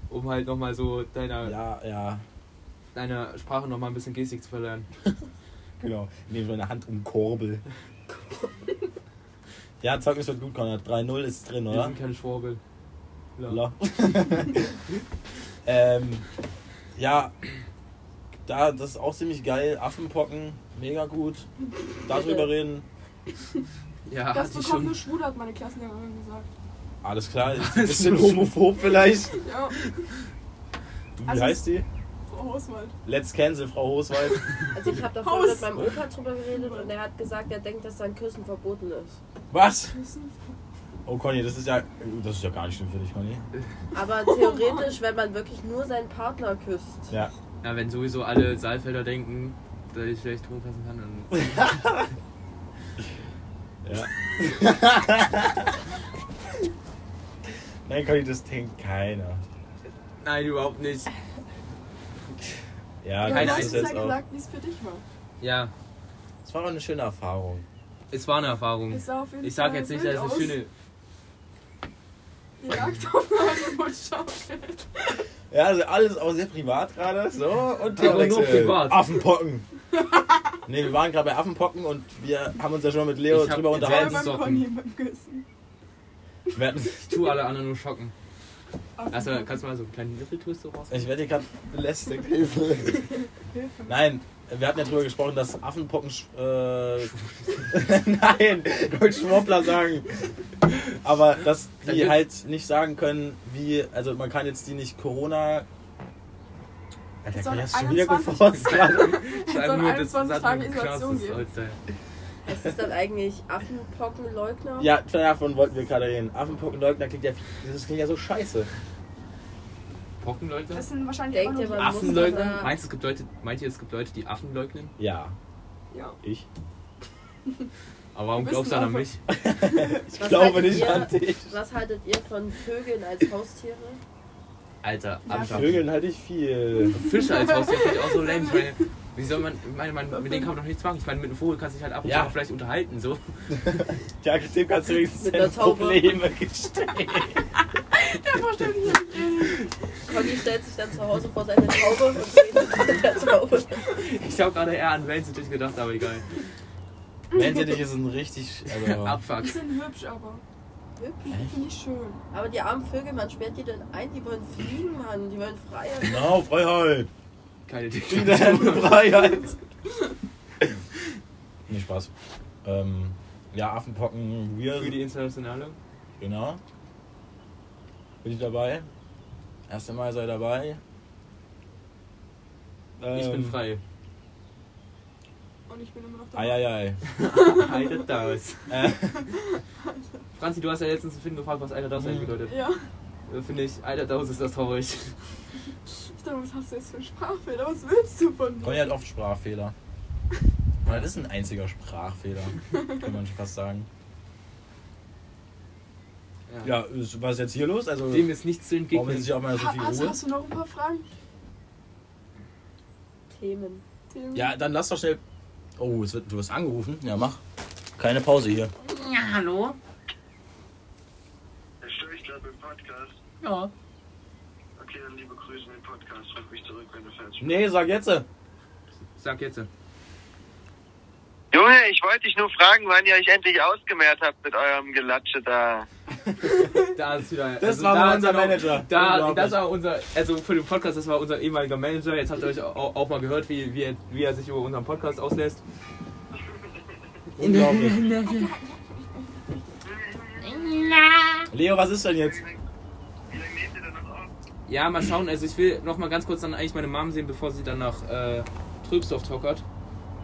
B: Um halt nochmal so deiner,
D: Ja, ja.
B: deiner Sprache nochmal ein bisschen Gestik zu verleihen.
D: Genau. Nehme meine Hand um Korbel. ja, Zeugnis wird gut, Konrad. 3-0 ist drin,
B: Wir
D: oder?
B: sind keine Schwurbel. Ja.
D: Lol. (laughs) ähm, ja, da, das ist auch ziemlich geil. Affenpocken, mega gut. Darüber reden.
B: Ja,
E: Das
B: hatte ich
E: bekommt nur
B: Ah, schon.
E: Schwule, hat meine Klassenlehrerin gesagt. (laughs)
D: Alles klar, (laughs) ist ein bisschen homophob vielleicht.
E: Ja,
D: Wie
E: Also-
D: heißt die?
E: Frau Hauswald.
D: Let's cancel, Frau Hoswald.
C: Also ich habe davor
E: Haus.
C: mit meinem Opa drüber geredet und er hat gesagt, er denkt, dass sein Küssen verboten ist.
D: Was?
E: Wissen.
D: Oh Conny, das ist ja. Das ist ja gar nicht schlimm für dich, Conny.
C: Aber theoretisch, wenn man wirklich nur seinen Partner küsst.
D: Ja.
B: Na, wenn sowieso alle Saalfelder denken, dass ich vielleicht rumfassen kann, dann.
D: Ja. Nein, Conny, das denkt keiner.
B: Nein, überhaupt nicht.
D: Ja,
E: Ja,
B: keine
E: du
D: das
E: hast
D: ist
E: uns ja
D: jetzt auch.
E: gesagt, wie es für dich war.
B: Ja,
D: Es war doch eine schöne Erfahrung.
B: es war eine
D: Hm.
B: Erfahrung.
E: Es sah auf jeden
B: Ich sag
E: Fall
B: jetzt nicht,
E: wild
B: dass es
E: aus.
B: eine schöne.
E: Die (laughs) Jagdaufnahme und Schaukel.
D: Ja, also alles auch sehr privat gerade. So, und
B: Ja, aber nur
D: Wechsel.
B: privat.
D: Affenpocken. ne, wir waren gerade bei Affenpocken und wir haben uns ja schon mal mit Leo
B: Ich hab
D: drüber
B: jetzt
E: Voll
D: unterhalten.
B: selber-
E: beim
B: Socken.
E: Conny beim Küssen.
D: Wir hatten-
B: Ich tue alle anderen nur schocken. Also,
E: Affenpocken.
B: kannst du mal so einen kleinen Nippeltwist so raus?
E: (laughs)
D: Ich werde hier (laughs) gerade belästigt. Hilfe.
E: Hilfe.
D: (laughs) Nein, wir hatten ja drüber gesprochen, dass Affenpocken. sch- (laughs) Äh, Nein, ich wollte Schwurbler sagen. Aber dass
B: Dann
D: die
B: gibt's-
D: halt nicht sagen können, wie. Also, man kann jetzt die nicht Corona. Alter,
E: Soll
D: Conny, hast du schon wieder
E: 21
D: gefurzt gerade.
E: Soll
B: halt
E: 21 Tage Isolation geben.
B: Holstein.
C: Es ist dann eigentlich Affenpockenleugner.
D: Ja, davon wollten wir gerade reden. Affenpockenleugner klingt ja, das klingt ja so scheiße.
B: Pockenleugner?
E: Das äh, sind wahrscheinlich
C: Denkt ihr,
E: einfach
C: man muss
B: Affenleugner?
C: da-
B: Meinst du, es gibt Leute, meint ihr, es gibt Leute, die Affen leugnen?
D: Ja,
E: nur- Ja. (laughs)
D: ich.
B: Aber warum
E: Wir
B: glaubst du
E: wissen
B: dann an
E: Affe.
B: mich?
D: Ich
C: Was
D: glaube
C: haltet
D: nicht
C: ihr-
D: an dich.
C: Was haltet ihr von Vögeln als Haustiere?
B: Alter,
E: Ja,
B: abschaffen.
D: Vögeln halte ich viel.
B: Fische als Haustier finde ich
E: (laughs)
B: auch so lame. Ich meine, wie soll man, ich meine, man, mit denen kann man doch nichts machen. Ich meine, mit einem Vogel kannst du dich halt ab und zu
D: Ja.
B: mal vielleicht unterhalten, so. (laughs)
D: Ja, dem kannst du wenigstens
C: Mit einer
D: deine
C: Taube.
D: Probleme gestehen.
E: Ja, verstehe ich.
C: Conny stellt sich dann zu Hause vor seine Taube und redet mit der Taube.
B: Ich habe gerade eher an Wellensittich gedacht, aber egal.
D: Wellensittich ist ein richtig.
B: (laughs)
D: Also,
B: Abfuck.
E: Die sind hübsch, aber. Hübsch? Finde ich schön.
C: Aber die armen Vögel, man sperrt die denn ein, die wollen fliegen, Mann, die wollen Freiheit.
D: genau, (laughs) Freiheit.
B: Keine
D: Wieder
B: Dicke.
D: Freiheit. Nee, Spaß. Ähm, ja, Affenpocken,
B: Für die
D: weird.
B: Internationale?
D: Genau. Bin ich dabei? Erste Mal sei dabei.
B: Ich bin
D: Ähm,
B: frei.
E: Und ich bin immer noch
D: Ah,
E: dabei.
D: Eieiei.
B: Alter, da ist.
D: Äh,
B: Franzi, du hast ja letztens einen Film gefragt, was Alter, das
D: Mhm.
B: eigentlich bedeutet.
E: Ja,
B: Äh, Finde ich, Alter, das ist das traurig.
E: ich dachte, was hast du jetzt für ein Sprachfehler? Was willst du von mir?
D: Conny hat oft Sprachfehler. Und das ist ein einziger Sprachfehler, kann man schon fast sagen. Ja, ist- was ist jetzt hier los? Also,
B: Dem Ah, ist nichts zu
D: warum ist
B: entgegnen.
D: sich auch mal so
E: Ha-
D: viel
E: hast,
D: also Ruhe?
E: hast du noch ein paar Fragen?
C: Themen.
E: Themen?
D: Ja, dann lass doch schnell. Oh, es wird, du wirst angerufen. Ja, mach. Keine Pause hier.
G: Ja, Störe ich gerade im Podcast? Ja. Okay, dann liebe Grüße in den Podcast. Ruf mich zurück, wenn du fertig bist.
D: Nee, sag jetzt.
B: Sag jetzt.
G: Junge, ich wollte dich nur fragen, wann ihr euch endlich ausgemehrt habt mit eurem Gelatsche da.
B: Da ist wieder. also
D: Das war mal
B: da
D: unser
B: ist er noch-
D: Manager.
B: Da,
D: Unglaublich.
B: das war unser, also für den Podcast, das war unser ehemaliger Manager. Jetzt habt ihr euch auch, auch mal gehört, wie, wie, er, wie er sich über unseren Podcast auslässt.
D: Unglaublich. (laughs) Leo, was ist denn jetzt?
G: Wie lange nehmt ihr denn noch auf?
B: Ja, mal schauen. Also ich will noch mal ganz kurz dann eigentlich meine Mom sehen, bevor sie dann nach äh, Trübstoff tockert.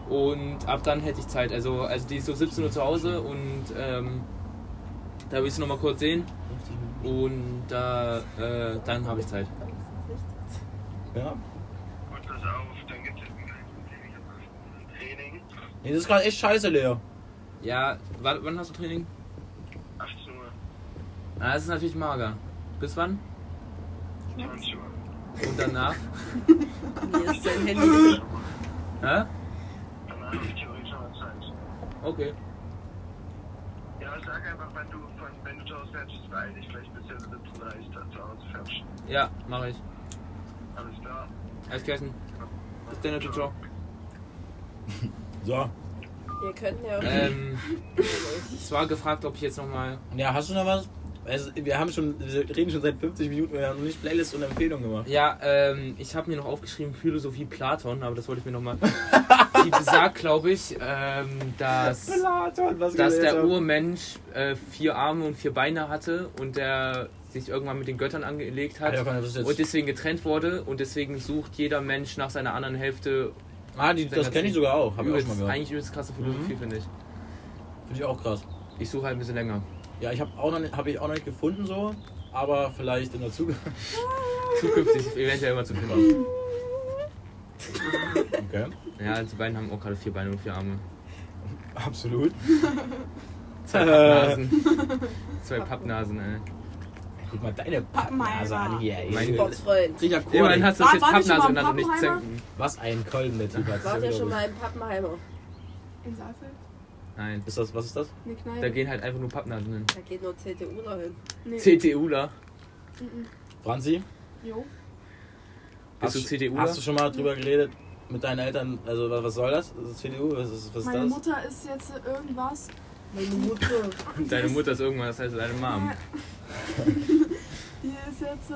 B: Und ab dann hätte ich Zeit. Also, also die ist so 17 Uhr zu Hause und ähm, da will ich sie noch mal kurz sehen. Und da, äh, dann habe ich Zeit.
D: Ja.
G: Gut, pass auf, dann gibt es ein kleines Training.
D: Nee, das ist gerade echt scheiße, Leo.
B: Ja, wann, wann hast du Training?
G: 18 Uhr,
B: Ah, das ist natürlich mager. Bis wann?
G: 20 Uhr.
B: Und danach,
C: Mir ist sein Handy.
B: hä?
G: Danach habe ich theoretisch noch Zeit.
B: Okay.
G: Ja, sag einfach, wenn du, von, wenn du zu Hause fährst, weil ich vielleicht bis 17.30 Uhr da zu Hause fährst.
B: Ja, mache ich.
G: Alles klar.
B: Alles Kirchen. Bis dann, ciao, ciao.
D: So.
C: Wir könnten ja auch.
B: Ähm, es war gefragt, ob ich jetzt nochmal.
D: Ja, hast du noch was? Also, wir haben schon, wir reden schon seit 50 Minuten, wir haben noch nicht Playlist und Empfehlungen gemacht.
B: Ja, ähm, ich habe mir noch aufgeschrieben Philosophie Platon, aber das wollte ich mir nochmal. Die besagt, glaube ich, ähm, dass.
D: Platon, was
B: dass der Urmensch äh, vier Arme und vier Beine hatte und der sich irgendwann mit den Göttern angelegt hat
D: Alter, komm, Ah, das ist jetzt-
B: und deswegen getrennt wurde und deswegen sucht jeder Mensch nach seiner anderen Hälfte.
D: Ah, die, das kenne ich sogar auch, habe ich auch
B: Übelst,
D: schon mal gehört. Mhm.
B: eigentlich übelst krasse Philosophie, finde ich.
D: Finde ich auch krass.
B: Ich suche halt ein bisschen länger.
D: Ja, ich habe auch noch nicht, hab ich auch noch nicht gefunden so, aber vielleicht in der Zukunft.
B: Zukünftig eventuell mal zu finden.
D: Okay,
B: Ja, also die beiden haben auch gerade vier Beine und vier Arme.
D: (laughs) absolut. (laughs)
B: Zwei Pappnasen. Zwei Pappnasen, ey.
D: Guck mal deine Pappnase an hier,
B: Mein-
D: ey.
C: Sportsfreund.
D: Richard
B: Immerhin
D: Korn,
B: hast du das jetzt
E: War- war nicht
B: Pappnase
E: mal
B: genannt und also nicht
E: Pappenheimer?
B: Zenken.
D: was ein Kolben der Typ hat.
C: Wart ihr schon mal im Pappenheimer?
E: In Saalfeld?
B: Nein,
D: Ist das, was ist das?
E: Nee,
B: da
E: Kneipe.
B: gehen halt einfach nur Pappnasen hin.
C: Da geht nur CTUler hin.
E: Nee. Mhm.
B: CDUler.
D: Franzi?
E: Jo.
B: Bist du
D: hast-
B: CDUler?
D: Hast du schon mal drüber geredet mit deinen Eltern? Also, was, was soll das? Das ist CDU? Was ist, was ist
E: Meine
D: das?
E: Mutter ist jetzt äh, irgendwas.
C: Meine Mutter.
B: Deine Mutter ist irgendwann, das heißt deine Mom.
E: Die ist jetzt äh,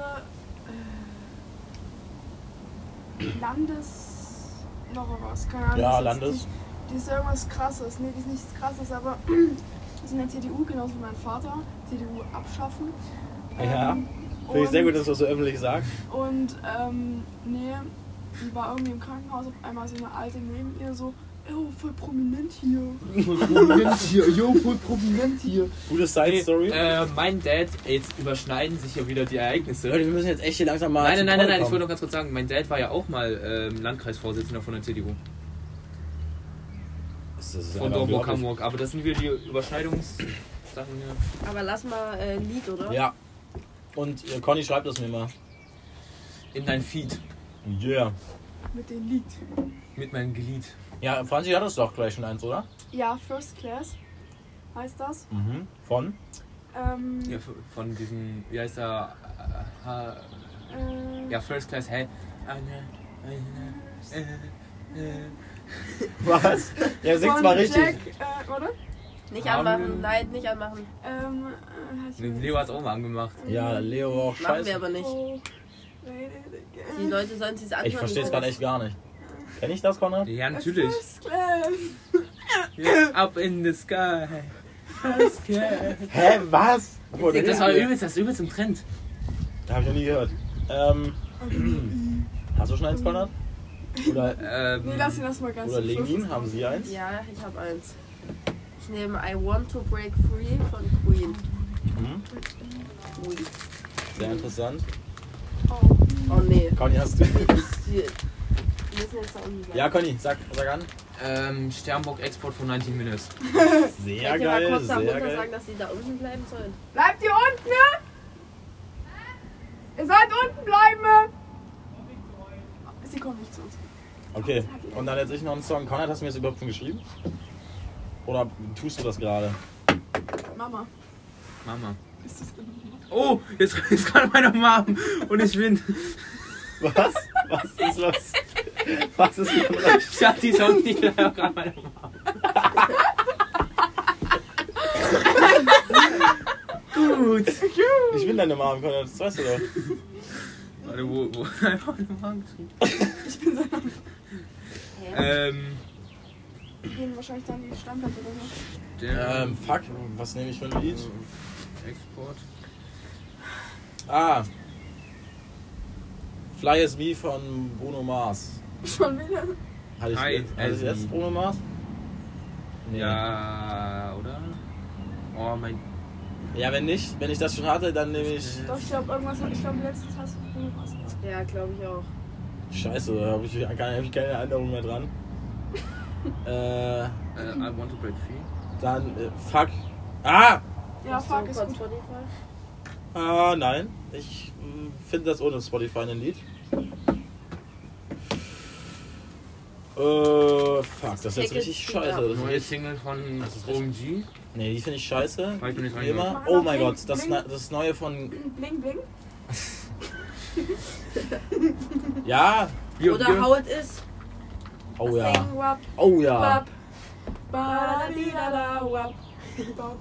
E: Landes. noch was, keine Ahnung.
D: ja,
E: ist jetzt
D: Landes.
E: nicht- Die ist irgendwas krasses. Nee, die ist nichts krasses, aber (clears throat) die ist in der CDU, genauso wie mein Vater. CDU abschaffen.
D: Ja.
E: Ähm,
D: Finde ich sehr
E: und-
D: gut, dass du das so öffentlich sagst.
E: Und ähm, nee, die war irgendwie im Krankenhaus, auf einmal so eine alte neben ihr so, oh, voll prominent hier.
D: Gute Side-Story.
B: Äh, mein Dad, jetzt überschneiden sich ja wieder die Ereignisse.
D: Leute, wir müssen jetzt echt hier langsam mal.
B: Nein, nein,
D: zum
B: nein,
D: Point
B: nein, nein, ich wollte
D: kommen.
B: noch ganz kurz sagen, mein Dad war ja auch mal ähm, Landkreisvorsitzender von der CDU.
D: Das ist
B: Von
D: einfach
B: Dortmund,
D: unglaublich.
B: Hamburg. Aber das sind wieder die Überschneidungssachen hier.
C: Aber lass mal äh, ein Lied, oder?
D: Ja. Und äh, Conny schreibt das mir mal.
B: In dein Feed.
D: Yeah.
E: Mit dem Lied.
B: Mit meinem Glied.
D: Ja, Franzi hat das doch gleich schon eins, oder?
E: Ja, First Class heißt das.
D: Mhm. Von?
E: Ähm,
B: Ja, f- von diesem, wie heißt er? Äh, ha-
E: äh,
B: Ja, First Class, hey. Ah, ne, äh, äh, äh.
D: Was? Ja, sing's
E: von
D: mal richtig.
E: Jack, äh, oder?
C: Nicht
B: Haben-
C: anmachen, nein, nicht anmachen.
E: Ähm, äh, hat ich mir-
B: Leo hat's auch mal angemacht.
D: Ja, Leo war auch
C: Machen wir
D: scheiße.
C: aber nicht.
E: Oh, wait it again.
C: Die Leute sollen sich's anhören.
D: Ich verstehe es gerade echt gar nicht. Kenn ich das, Konrad?
B: Ja, natürlich.
E: First Class.
B: Ja, up in the sky. First Class.
D: Hä, was? Wo
C: Sing
B: Das war
D: redet ihr?
B: übelst, das ist übelst im Trend.
D: Hab ich noch nie gehört. Ähm, hast du schon eins, Konrad? Oder,
B: Ähm,
E: Nee, lass ihn das mal ganz
D: oder
E: zum Schluss.
D: Lenin, haben sie eins?
C: Ja, ich habe eins. Ich nehme I Want to Break Free von Queen.
D: Mhm.
C: Ui.
D: Sehr interessant.
E: Oh.
C: Oh nee.
D: Conny, hast du?
C: Nee, das ist hier. Wir müssen jetzt da unten bleiben.
D: Ja, Conny, sag, sag an.
B: Ähm, Sternburg Export von 19 Minutes.
D: Sehr
C: Könnt ihr mal
D: geil,
C: kurz am
D: sehr
C: Mutter
D: geil.
C: sagen, dass sie da unten bleiben sollen?
E: Bleibt ihr unten, ne? Ihr sollt unten bleiben! Sie kommen nicht zu uns.
D: Okay, und dann jetzt ich noch einen Song. Konrad, hast du mir das überhaupt schon geschrieben? Oder tust du das gerade?
E: Mama,
B: Mama.
E: ist das denn
B: Oh, jetzt (laughs) ist gerade meine Mom und ich bin.
D: Was? Was ist los? Was ist los?
B: Ich dachte, die Song nicht gerade meine Mom. Gut.
D: Ich bin deine Mom, Konrad, das weißt du doch.
B: Warte, wo, wo? (laughs) Einfach eine Mom geschrieben. Ich bin so. (laughs) Ähm.
E: Wir gehen wahrscheinlich dann die Steinplatte oder so.
D: Ähm,
B: Stern
D: fuck, was nehme ich für ein Lied?
B: Export.
D: Ah. Fly as Me von Bruno Mars.
E: Schon wieder?
D: Hatte ich,
B: Hi,
D: hatte ich
B: as me.
D: jetzt Bruno Mars? Nee.
B: Ja, oder? Oh, mein.
D: Ja, wenn nicht, wenn ich das schon hatte, dann nehme ich.
E: Doch, ich glaube, irgendwas hat. Ich glaube, letztens hast du Bruno Mars gesagt.
C: Ja, glaube ich auch.
D: Scheiße, da habe ich, keine- hab ich keine Erinnerung mehr
B: (laughs)
D: dran. äh,
B: Äh, I want to break free.
D: dann. Äh, fuck. Ah!
E: Ja,
C: Hast
E: fuck,
C: du
E: ist
C: von
E: gut.
C: Spotify?
D: Ah, nein. Ich äh, finde das ohne Spotify ein Lied. Äh, fuck, das ist jetzt
C: Tickets
D: richtig
C: Speed Up.
D: scheiße. Das ist
B: Neue
D: richtig,
B: Single von
D: Das ist
B: OMG.
D: nee, die finde ich scheiße.
B: Hab ich mir nicht
D: Wie immer.
E: reingehört.
D: Oh mein Gott, das, ne- das neue von.
E: Bling, bling.
D: Ja!
B: Bier,
C: Oder
B: Bier.
C: How It Is.
D: Oh
E: Sing,
D: ja!
E: wap,
D: Oh ja!
E: wap. Badadidada, wap, wap.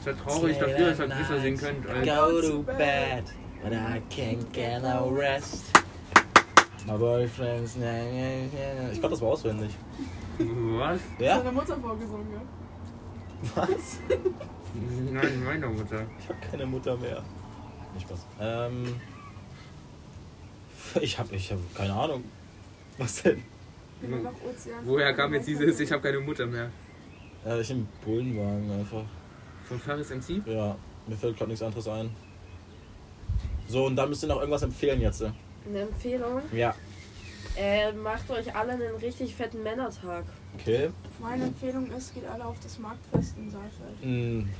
B: Ist ja traurig, dass ihr das als Wisser singen könnt. Alter.
D: Go to bed, but I can't get no rest. My boyfriend's name. Ich glaube, das war auswendig.
B: Was?
D: Ja?
E: Seine Mutter vorgesungen, ja.
D: (laughs) Was?
B: Nein, meine Mutter.
D: Ich habe keine Mutter mehr. Nicht Spaß. Ähm. Ich habe ich hab keine Ahnung. Was denn?
E: Wir sind noch Ozean.
B: Woher kam jetzt dieses Ich habe keine Mutter mehr?
D: Ja, ich im Bullenwagen einfach.
B: Von Faris MC?
D: Ja, mir fällt gerade nichts anderes ein. So, und dann müsst ihr noch irgendwas empfehlen jetzt. äh.
C: Eine Empfehlung.
D: Ja.
C: Äh, macht euch alle einen richtig fetten Männertag.
D: Okay.
E: Meine Empfehlung ist, geht alle auf das Marktfest in Saalfeld.
D: Hm,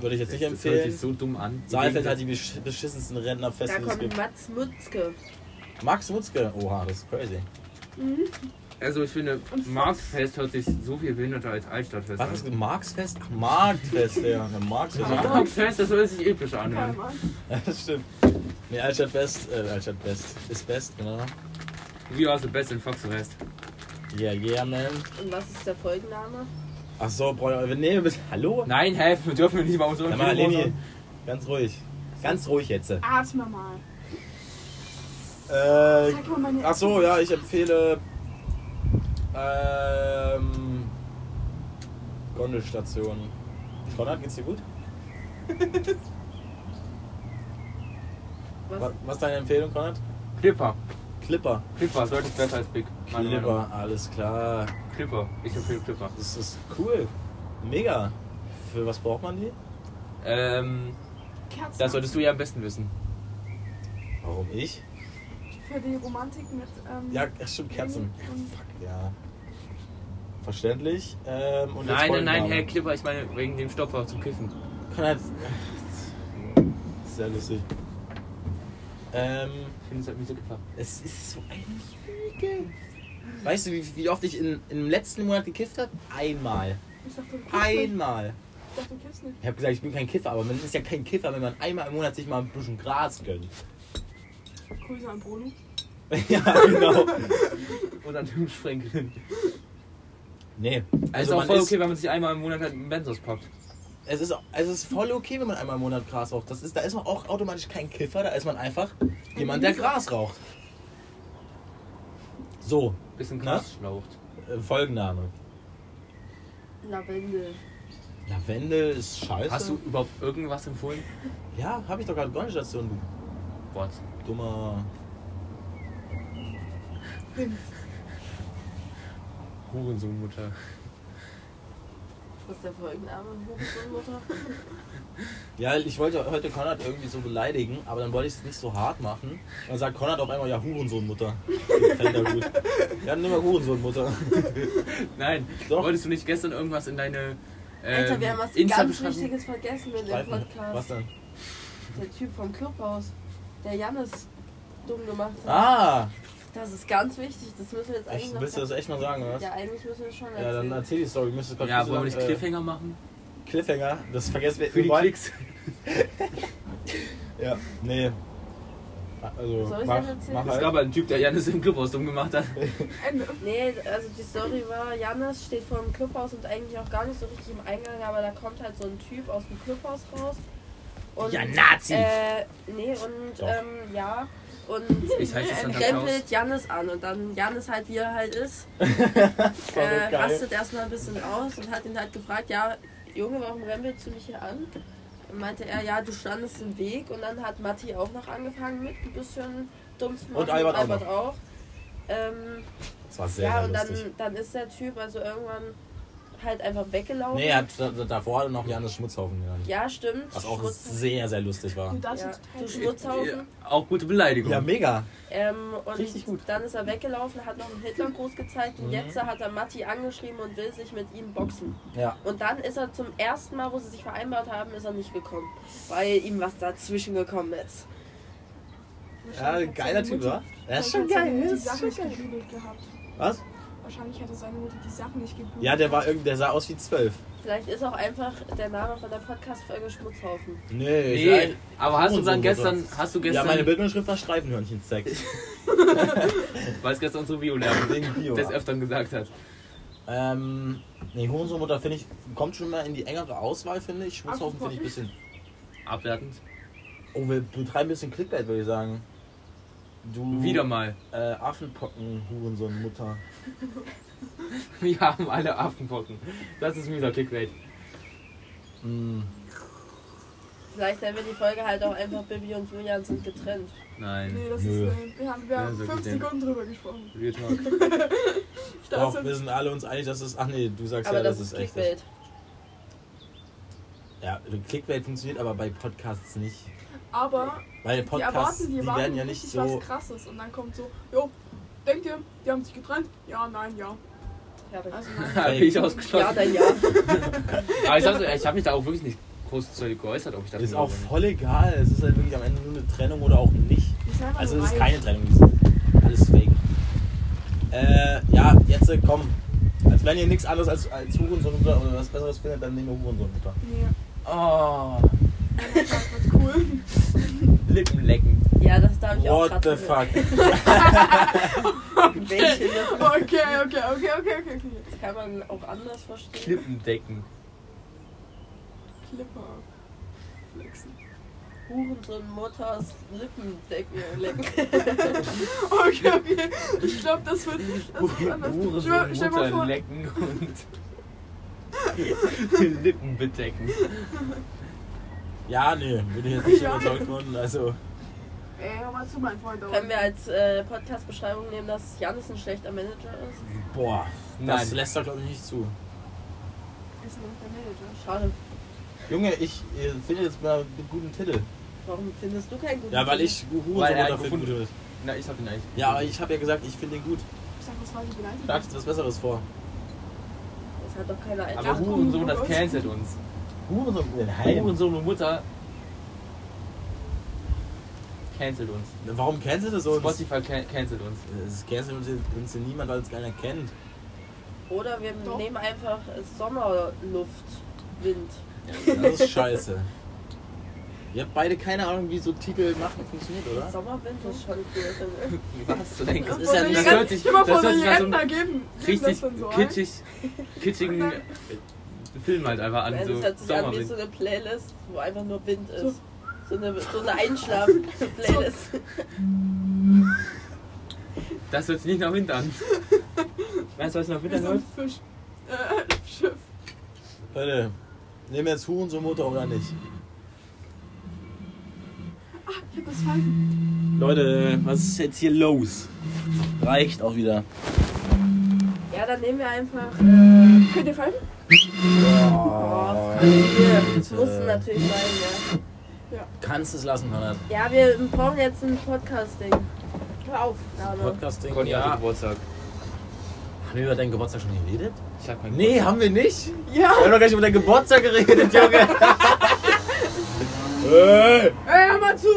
D: Würde ich jetzt nicht
B: Das hört
D: empfehlen.
B: sich so dumm an.
D: Saalfeld
B: halt
D: hat die besch beschissensten Rentnerfeste,
C: Da
D: die es
C: kommt
D: gibt.
C: Mats Mutzke.
D: Max Mutzke. Oha, das ist crazy.
B: Also ich finde, Marktfest hört sich so viel behinderter als Altstadtfest
D: Was ist
B: an.
D: das? Marxfest? Ach, Marktfest, ja. ja, Marxfest.
B: Marktfest, das hört sich episch anhören.
E: Karl-Marx.
D: (laughs) Ja, das stimmt. Nee, Altstadt West, äh, Altstadt West ist best, genau.
B: We are the best in Fox Rest.
D: Yeah, yeah, man.
C: Und was ist der Folgenname?
D: Ach so, Bräu, äh, wir nehmen mit. Hallo?
B: Nein, hä, wir dürfen nicht mal unsere
D: Sag mal, Leni, ganz ruhig. Ganz ruhig jetzt. Äh,
E: Atme mal. Zeig mal meine.
D: ach so, ja, ich empfehle. Ähm. Gondelstation. Konrad, geht's dir gut?
C: Was?
D: Was, was ist deine Empfehlung, Konrad?
B: Clipper.
D: Clipper.
B: Clipper, deutlich besser als Big. Meine Meinung.
D: Clipper, alles klar.
B: Clipper. Ich empfehle Clipper.
D: Das ist cool. Mega. Für was braucht man die?
B: Ähm,
E: Kerzen
B: das solltest du ja am besten wissen.
D: Warum ich?
E: Für die Romantik mit. Ähm,
D: Ja, ach, stimmt, Kerzen.
E: Und
D: Ja. Verständlich. Ähm, und jetzt
B: Nein, nein, nein,
D: Folgennamen.
B: Herr Clipper, ich meine wegen dem Stopper zum Kiffen.
D: Konrad. (laughs) Sehr lustig. Ähm,
B: Ich finde es halt wie so Clipper.
D: es ist so eine Lüge. Weißt du, wie, wie oft ich in, im letzten Monat gekifft habe? Einmal.
E: ich dachte, du kiffst nicht.
D: Einmal.
E: Ich dachte, du kiffst nicht.
D: Ich habe gesagt, ich bin kein Kiffer, aber man ist ja kein Kiffer, wenn man einmal im Monat sich mal ein bisschen Gras gönnt. (laughs)
E: Grüße an Bruno.
D: ja, genau.
B: Oder an dem Sprenkeln.
D: Nee.
B: Also, also
D: man
B: auch voll
D: ist,
B: okay, wenn man sich einmal im Monat halt einen Benzos packt.
D: es, ist, es ist voll okay, wenn man einmal im Monat Gras raucht. Das ist, da ist man auch automatisch kein Kiffer, da ist man einfach jemand, der Gras raucht. So,
B: Bisschen
D: Na?
B: Gras schlaucht.
D: äh, Folgenname.
C: Lavendel.
D: Lavendel ist scheiße.
B: Hast du überhaupt irgendwas empfohlen?
D: Ja, habe ich doch gerade Gornstation, du
B: What?
D: dummer.
B: Hurensohnmutter. (laughs)
C: Was ist der Folgenname? Hurensohnmutter?
D: Ja, ich wollte heute Konrad irgendwie so beleidigen, aber dann wollte ich es nicht so hart machen. Dann sagt Konrad auf einmal, ja, Hurensohnmutter. Fällt ja gut. Ja, nimm mal Hurensohnmutter.
B: Nein,
D: Doch.
B: wolltest du nicht gestern irgendwas in deine ähm,
C: Alter, wir haben was ganz
B: Insta-Beschreibung-
C: Wichtiges vergessen in dem Podcast.
D: Was denn?
C: Der Typ vom Clubhaus, der Jannis dumm gemacht hat.
D: Ah,
C: Das ist ganz wichtig, das müssen wir jetzt eigentlich
D: ich,
C: noch...
D: willst du das echt mal sagen, oder was?
C: ja, eigentlich müssen wir schon
D: Ja, dann
C: erzählen.
D: erzähl die Story. Müsstest grad
B: Ja,
D: viel
B: wollen wir
D: sagen,
B: nicht
D: äh,
B: Cliffhanger machen?
D: Cliffhanger, das vergessen wir.
B: Für
D: wir
B: die
D: wollen- (laughs)
B: Klicks.
D: Ja, nee. Also,
C: Soll ich's
D: mach,
C: jetzt erzählen?
D: mach
B: Es
D: halt.
B: gab einen Typ, der Janis im Clubhaus dumm gemacht hat.
E: Ende.
C: Nee, also die Story war, Janis steht vor dem Clubhaus und eigentlich auch gar nicht so richtig im Eingang, aber da kommt halt so ein Typ aus dem Clubhaus raus. Und,
D: Ja, Nazi.
C: Äh, nee, und
D: Doch.
C: ähm, ja. Und äh,
B: Ich heiße Santa Claus.
C: krempelt Jannis an und dann Jannis halt wie er halt ist,
D: Das war so
C: äh,
D: geil.
C: rastet erstmal ein bisschen aus und hat ihn halt gefragt, ja, Junge, warum rempelst du mich hier an? Dann meinte er, ja, du standest im Weg und dann hat Matti auch noch angefangen mit ein bisschen dumm zu machen.
D: Albert auch noch.
C: auch. Ähm,
D: Das war sehr,
C: ja,
D: sehr
C: und
D: lustig.
C: dann, dann ist der Typ also irgendwann halt einfach weggelaufen.
D: Nee, er hat da- da- davor hat er noch Janis Schmutzhaufen genannt.
C: ja, stimmt.
D: Was auch
C: Schmutz-
D: sehr, sehr lustig war.
E: Du darfst
C: ja,
E: jetzt
C: du
E: teilen.
C: Schmutzhaufen.
B: Auch gute Beleidigung.
D: Ja, mega.
C: Ähm, und
D: Richtig gut.
C: dann ist er weggelaufen, hat noch einen Hitlergruß gezeigt
D: Mhm.
C: und jetzt hat er Matti angeschrieben und will sich mit ihm boxen.
D: Ja.
C: Und dann ist er zum ersten Mal, wo sie sich vereinbart haben, ist er nicht gekommen, weil ihm was dazwischen gekommen ist.
D: Ja,
E: Wahrscheinlich hat
D: geiler
E: seine
D: Typ,
E: Mutter-
D: oder? Das ist schon
E: wahrscheinlich hat seine
D: geil. Das
E: Mutter Die
D: ist
E: Sachen
D: schon
E: nicht
D: geil.
E: gebügelt gehabt.
D: Was?
E: Wahrscheinlich hatte seine Mutter die Sachen nicht gebügelt.
D: Ja, der war irgendwie, der sah aus wie zwölf.
C: Vielleicht ist auch einfach der Name von der Podcast-Folge Schmutzhaufen.
D: Nee,
B: Nee,
D: nee.
B: aber hast du dann
D: Hurensohn-Mutter.
B: gestern, hast du
D: Ja,
B: gestern,
D: meine Bildunterschrift war
B: (laughs)
D: Streifenhörnchensex.
B: weil es gestern unsere Biolehrerin
D: Wegen Bio.
B: des Öfteren gesagt hat.
D: Ähm, nee, Hurensohnmutter finde ich, kommt schon mal in die engere Auswahl, finde ich. Schmutzhaufen
E: Ach,
D: finde ich ein bisschen.
B: Abwertend.
D: Oh, wir betreiben ein bisschen Clickbait, würde ich sagen. Du.
B: Wieder mal. (laughs)
D: Äh, Affenpocken, Hurensohnmutter.
B: Wir haben alle Affenpocken. Das ist mieser Clickbait.
D: Hm.
C: Vielleicht nennen wir die Folge halt auch einfach Bibi und Julian sind getrennt.
B: Nein.
E: Nee, das
D: Nö.
E: ist. Äh, wir haben, wir
B: Ja,
E: haben
B: so
E: fünf
B: gesehen.
E: Sekunden drüber gesprochen.
B: Real Talk.
D: (laughs)
E: Ich
D: Doch,
E: dachte,
D: wir sind alle uns einig, dass es. Ach nee, du sagst
C: Aber
D: ja,
C: das,
D: dass es
C: ist
D: echt
C: Clickbait.
D: ist. Ja, Clickbait funktioniert aber bei Podcasts nicht.
E: aber
D: Weil
E: die
D: Podcasts,
E: erwarten, die
D: die,
E: erwarten
D: werden ja nicht
E: richtig
D: so.
E: was krasses. Und dann kommt so, jo, denkt ihr, die haben sich getrennt? Ja, nein, ja.
C: Fertig.
E: Also nein.
B: Da bin ich ausgeschlossen.
C: Ja, na ja.
B: Aber ich, sag's euch, ich habe mich da auch wirklich nicht groß zu geäußert, ob ich das
D: Ist
B: mag
D: auch
B: oder nicht.
D: voll egal. Es ist halt wirklich am Ende nur eine Trennung oder auch nicht.
E: Die sind einfach
D: Also
E: nur
D: es ist
E: reich.
D: keine Trennung, es ist alles fake. Äh, ja, jetzt äh, komm. Als wenn ihr nichts anderes als, als Hurensohnmutter oder was Besseres findet, dann nehmt ihr Hurensohnmutter.
E: Nee,
B: Oh,
E: das wird cool. (laughs)
B: Lippen lecken.
C: Ja, das darf ich auch
D: What the
C: gerade
D: fuck?
E: (laughs)
C: Welche?
E: Okay, okay, okay, okay, okay, okay.
C: Das kann man auch anders verstehen.
B: Klippen decken.
E: Clipper. Flexen.
C: Hurensohn Mutters Lippen decken und lecken.
E: Okay, okay. Ich glaube, das wird. Das wird anders. Stell dir- stell dir mal
B: Mutter
E: vor,
B: lecken und (laughs) Lippen bedecken.
D: Ja, nee, bin ich jetzt
C: (laughs)
D: nicht so
E: Ja.
D: überzeugt worden. Also,
E: Ey, hör mal zu, mein Freund. da
C: Können
E: unten.
C: wir als äh, Podcast-Beschreibung nehmen, dass Janis ein schlechter Manager ist?
D: boah, das
B: Nein.
D: lässt er glaube ich nicht zu.
E: Ist noch der Manager.
C: Schade.
D: Junge, ich äh, finde jetzt mal einen guten Titel.
C: Warum findest du keinen guten
D: Ja, weil
C: Titel?
D: ich
B: Weil er
D: Hurensohnmutter
B: gefunden-
D: finde.
B: Na, ich hab ihn eigentlich.
D: Ja, aber ich habe ja gesagt, ich finde ihn gut.
E: Ich dachte, das war die Beleidigung.
D: Schlagt jetzt was Besseres vor.
C: Das hat doch keiner ein.
B: Aber
E: Ach,
B: Hurensohn,
E: du
B: das
E: Hurensohn.
B: cancelt uns.
D: Hurensohnmutter? Nein.
B: Hurensohn und Mutter cancelt uns.
D: Warum kennst du das so?
B: Spotify can cancelt uns.
D: Das cancelt uns, uns niemand, weil es keiner kennt.
C: Oder wir
E: Doch.
C: nehmen einfach Sommerluft, Wind.
D: Das ist scheiße. (laughs) Ihr habt beide keine Ahnung, wie so Titel machen funktioniert, oder?
C: Sommerwind ist schon cool.
B: Was zu denken?
D: Das ist
E: Vor
D: ja
E: den
D: nicht-
E: Rentner-
B: hört sich-
E: Stell dir mal
B: das
E: vor,
B: hört
E: so
B: sich
E: die
B: nach so
E: Rentner geben. geben
B: Richtig
E: das dann so ein.
B: kitschig, kitschigen äh, Film halt einfach an.
C: Also,
B: So
C: es hört sich an wie so
B: Sommerwind.
C: eine Playlist, wo einfach nur Wind
E: So.
C: ist. So eine, so
E: (laughs)
C: eine Einschlafen-Playlist.
B: Das hört sich nicht nach Wind an. Weißt du, was nach Wind
E: Wie so
B: anhört?
E: ein Fisch. Äh, Schiff.
D: Leute, nehmen wir jetzt Hurensohnmutter oder nicht?
E: Ich hab das Pfeifen.
D: Leute, was ist jetzt hier los? Reicht auch wieder.
C: Ja, dann nehmen wir einfach. Äh,
E: Könnt ihr pfeifen?
C: oh, Franzi, das muss natürlich sein,
D: Äh, Kannst es lassen, Konrad.
C: ja. Ja, wir brauchen jetzt ein Podcasting. Hör auf. Name.
D: Podcasting.
B: Conny hatte
D: Ja.
B: Geburtstag.
D: Haben wir über deinen Geburtstag schon geredet?
B: Ich hab keinen
D: Nee, haben wir nicht.
E: Ja.
D: Wir haben doch gar nicht über deinen Geburtstag geredet, (laughs) Junge. Äh.
E: Ey, hör mal zu.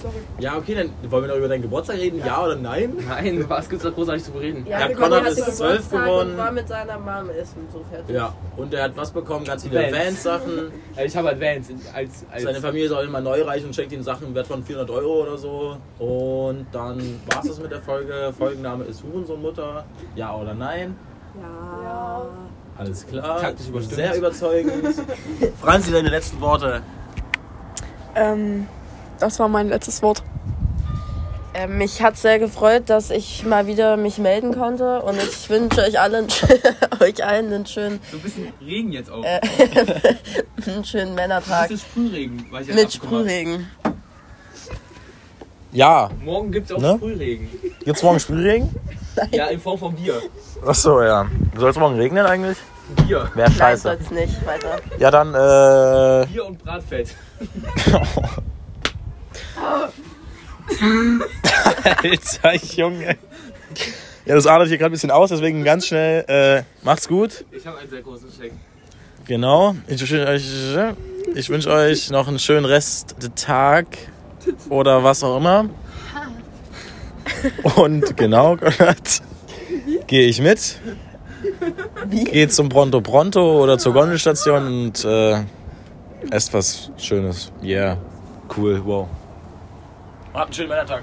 E: Sorry.
D: ja, okay, dann wollen wir noch über deinen Geburtstag reden, ja oder nein?
B: (laughs) Nein, was gibt's da großartig zu bereden?
D: Ja,
C: wir
D: Conrad
C: kommen
D: ist
C: jetzt
D: zwölf
C: Geburtstag
D: geworden.
C: Und war mit seiner Mom essen, so fertig.
D: Ja. Und er hat was bekommen, ganz viele
B: Vans.
D: Vans-Sachen.
B: Äh, Ich habe Advance als, als
D: Seine Familie ist auch immer neu reich und schenkt ihm Sachen im Wert von 400 Euro oder so. Und dann war's das mit der Folge. Folgenname ist Hurensohnmutter. Ja oder nein?
C: Ja.
D: Alles klar.
B: Taktisch überstimmt.
D: Sehr überzeugend. Franzi, deine letzten Worte.
E: Ähm, das war mein letztes Wort.
C: Ähm, mich hat sehr gefreut, dass ich mal wieder mich melden konnte und ich wünsche euch allen, (laughs) euch allen einen schönen,
B: so ein bisschen Regen jetzt auch.
C: äh, einen schönen Männertag
B: Das ist Sprühregen, weil ich ja
D: genau.
C: mit
B: abgemacht habe.
C: Sprühregen.
A: Ja,
B: Morgen gibt's auch
A: Ne?
B: Sprühregen.
A: gibt's morgen Sprühregen?
B: Ja, in Form von Bier.
A: Achso, ja. Soll es morgen regnen eigentlich?
B: Bier.
A: Wäre
C: Nein,
A: scheiße.
C: soll's nicht weiter.
A: Ja, dann, äh.
B: Bier und Bratfett.
A: Alter Junge. Ja, das artet hier gerade ein bisschen aus, deswegen ganz schnell. Äh, macht's gut.
B: Ich habe einen sehr großen Scheck.
A: Genau. Ich wünsche euch, ich wünsche euch noch einen schönen Rest Tag.
D: oder was auch immer. Und genau, gehört, gehe ich mit. Gehe zum Pronto Pronto oder zur Gondelstation und äh, esst was Schönes. Yeah. Cool, wow. Habt einen schönen Männertag.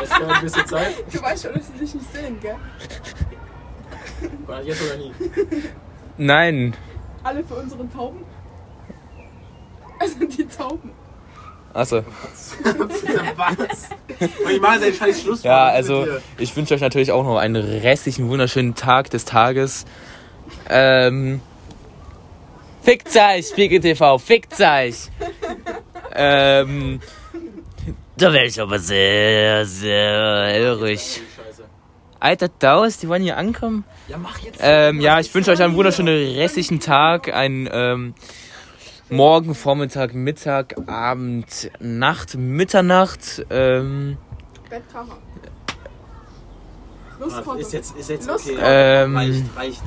H: Jetzt noch ein bisschen Zeit.
E: Du weißt schon, dass sie dich nicht sehen, gell?
H: War jetzt oder nie?
D: Nein.
E: Alle für unseren Tauben. (laughs) Also die Tauben.
D: Achso.
H: Was? Und ich mache jetzt scheiß Schluss.
B: Ja, also ich wünsche euch natürlich auch noch einen restlichen, wunderschönen Tag des Tages. Ähm, fickt euch, Spiegel TV, fickt euch. ähm, da wäre ich aber sehr, sehr irrig. Alter, Daus, die wollen hier ankommen.
H: Ja, mach jetzt.
B: Ähm, ja, ich wünsche euch einen wunderschönen restlichen Tag, einen ähm, Morgen, Vormittag, Mittag, Abend, Nacht, Mitternacht. Ähm,
E: Bettkammer.
I: Ah,
B: Ah,
E: Lustkonto.
I: Ist jetzt, ist jetzt
E: Lust-
I: okay.
B: Ähm,
I: reicht, reicht.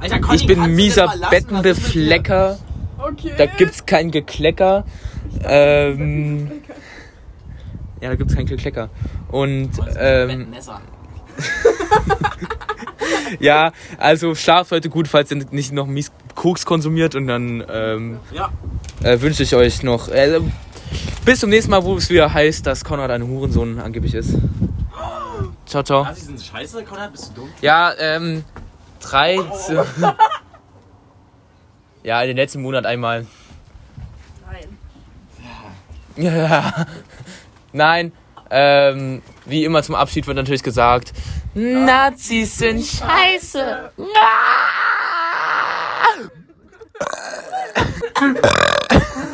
I: Alter, Conny,
B: ich bin
I: kannst du
B: mieser
I: das mal lassen?
B: Bettenbeflecker.
E: Okay.
B: Da gibt's kein Geklecker. Ähm, ja, da gibt's kein Geklecker. Und
I: Was ist mit dem
B: ähm,
I: Bettmesser?
B: ja, also schlaft heute gut, falls ihr nicht noch mies Koks konsumiert. Und dann ähm,
I: Ja.
B: äh, wünsche ich euch noch. Äh, bis zum nächsten Mal, wo es wieder heißt, dass Konrad ein Hurensohn angeblich ist. Ciao, ciao.
I: Nazis sind scheiße, Conrad, bist du dumm?
B: Ja, ähm, drei. zu- (laughs) ja, in den letzten Monat einmal.
J: Nein.
B: Ja. (laughs) Nein. Ähm, wie immer zum Abschied wird natürlich gesagt, Nazis sind scheiße.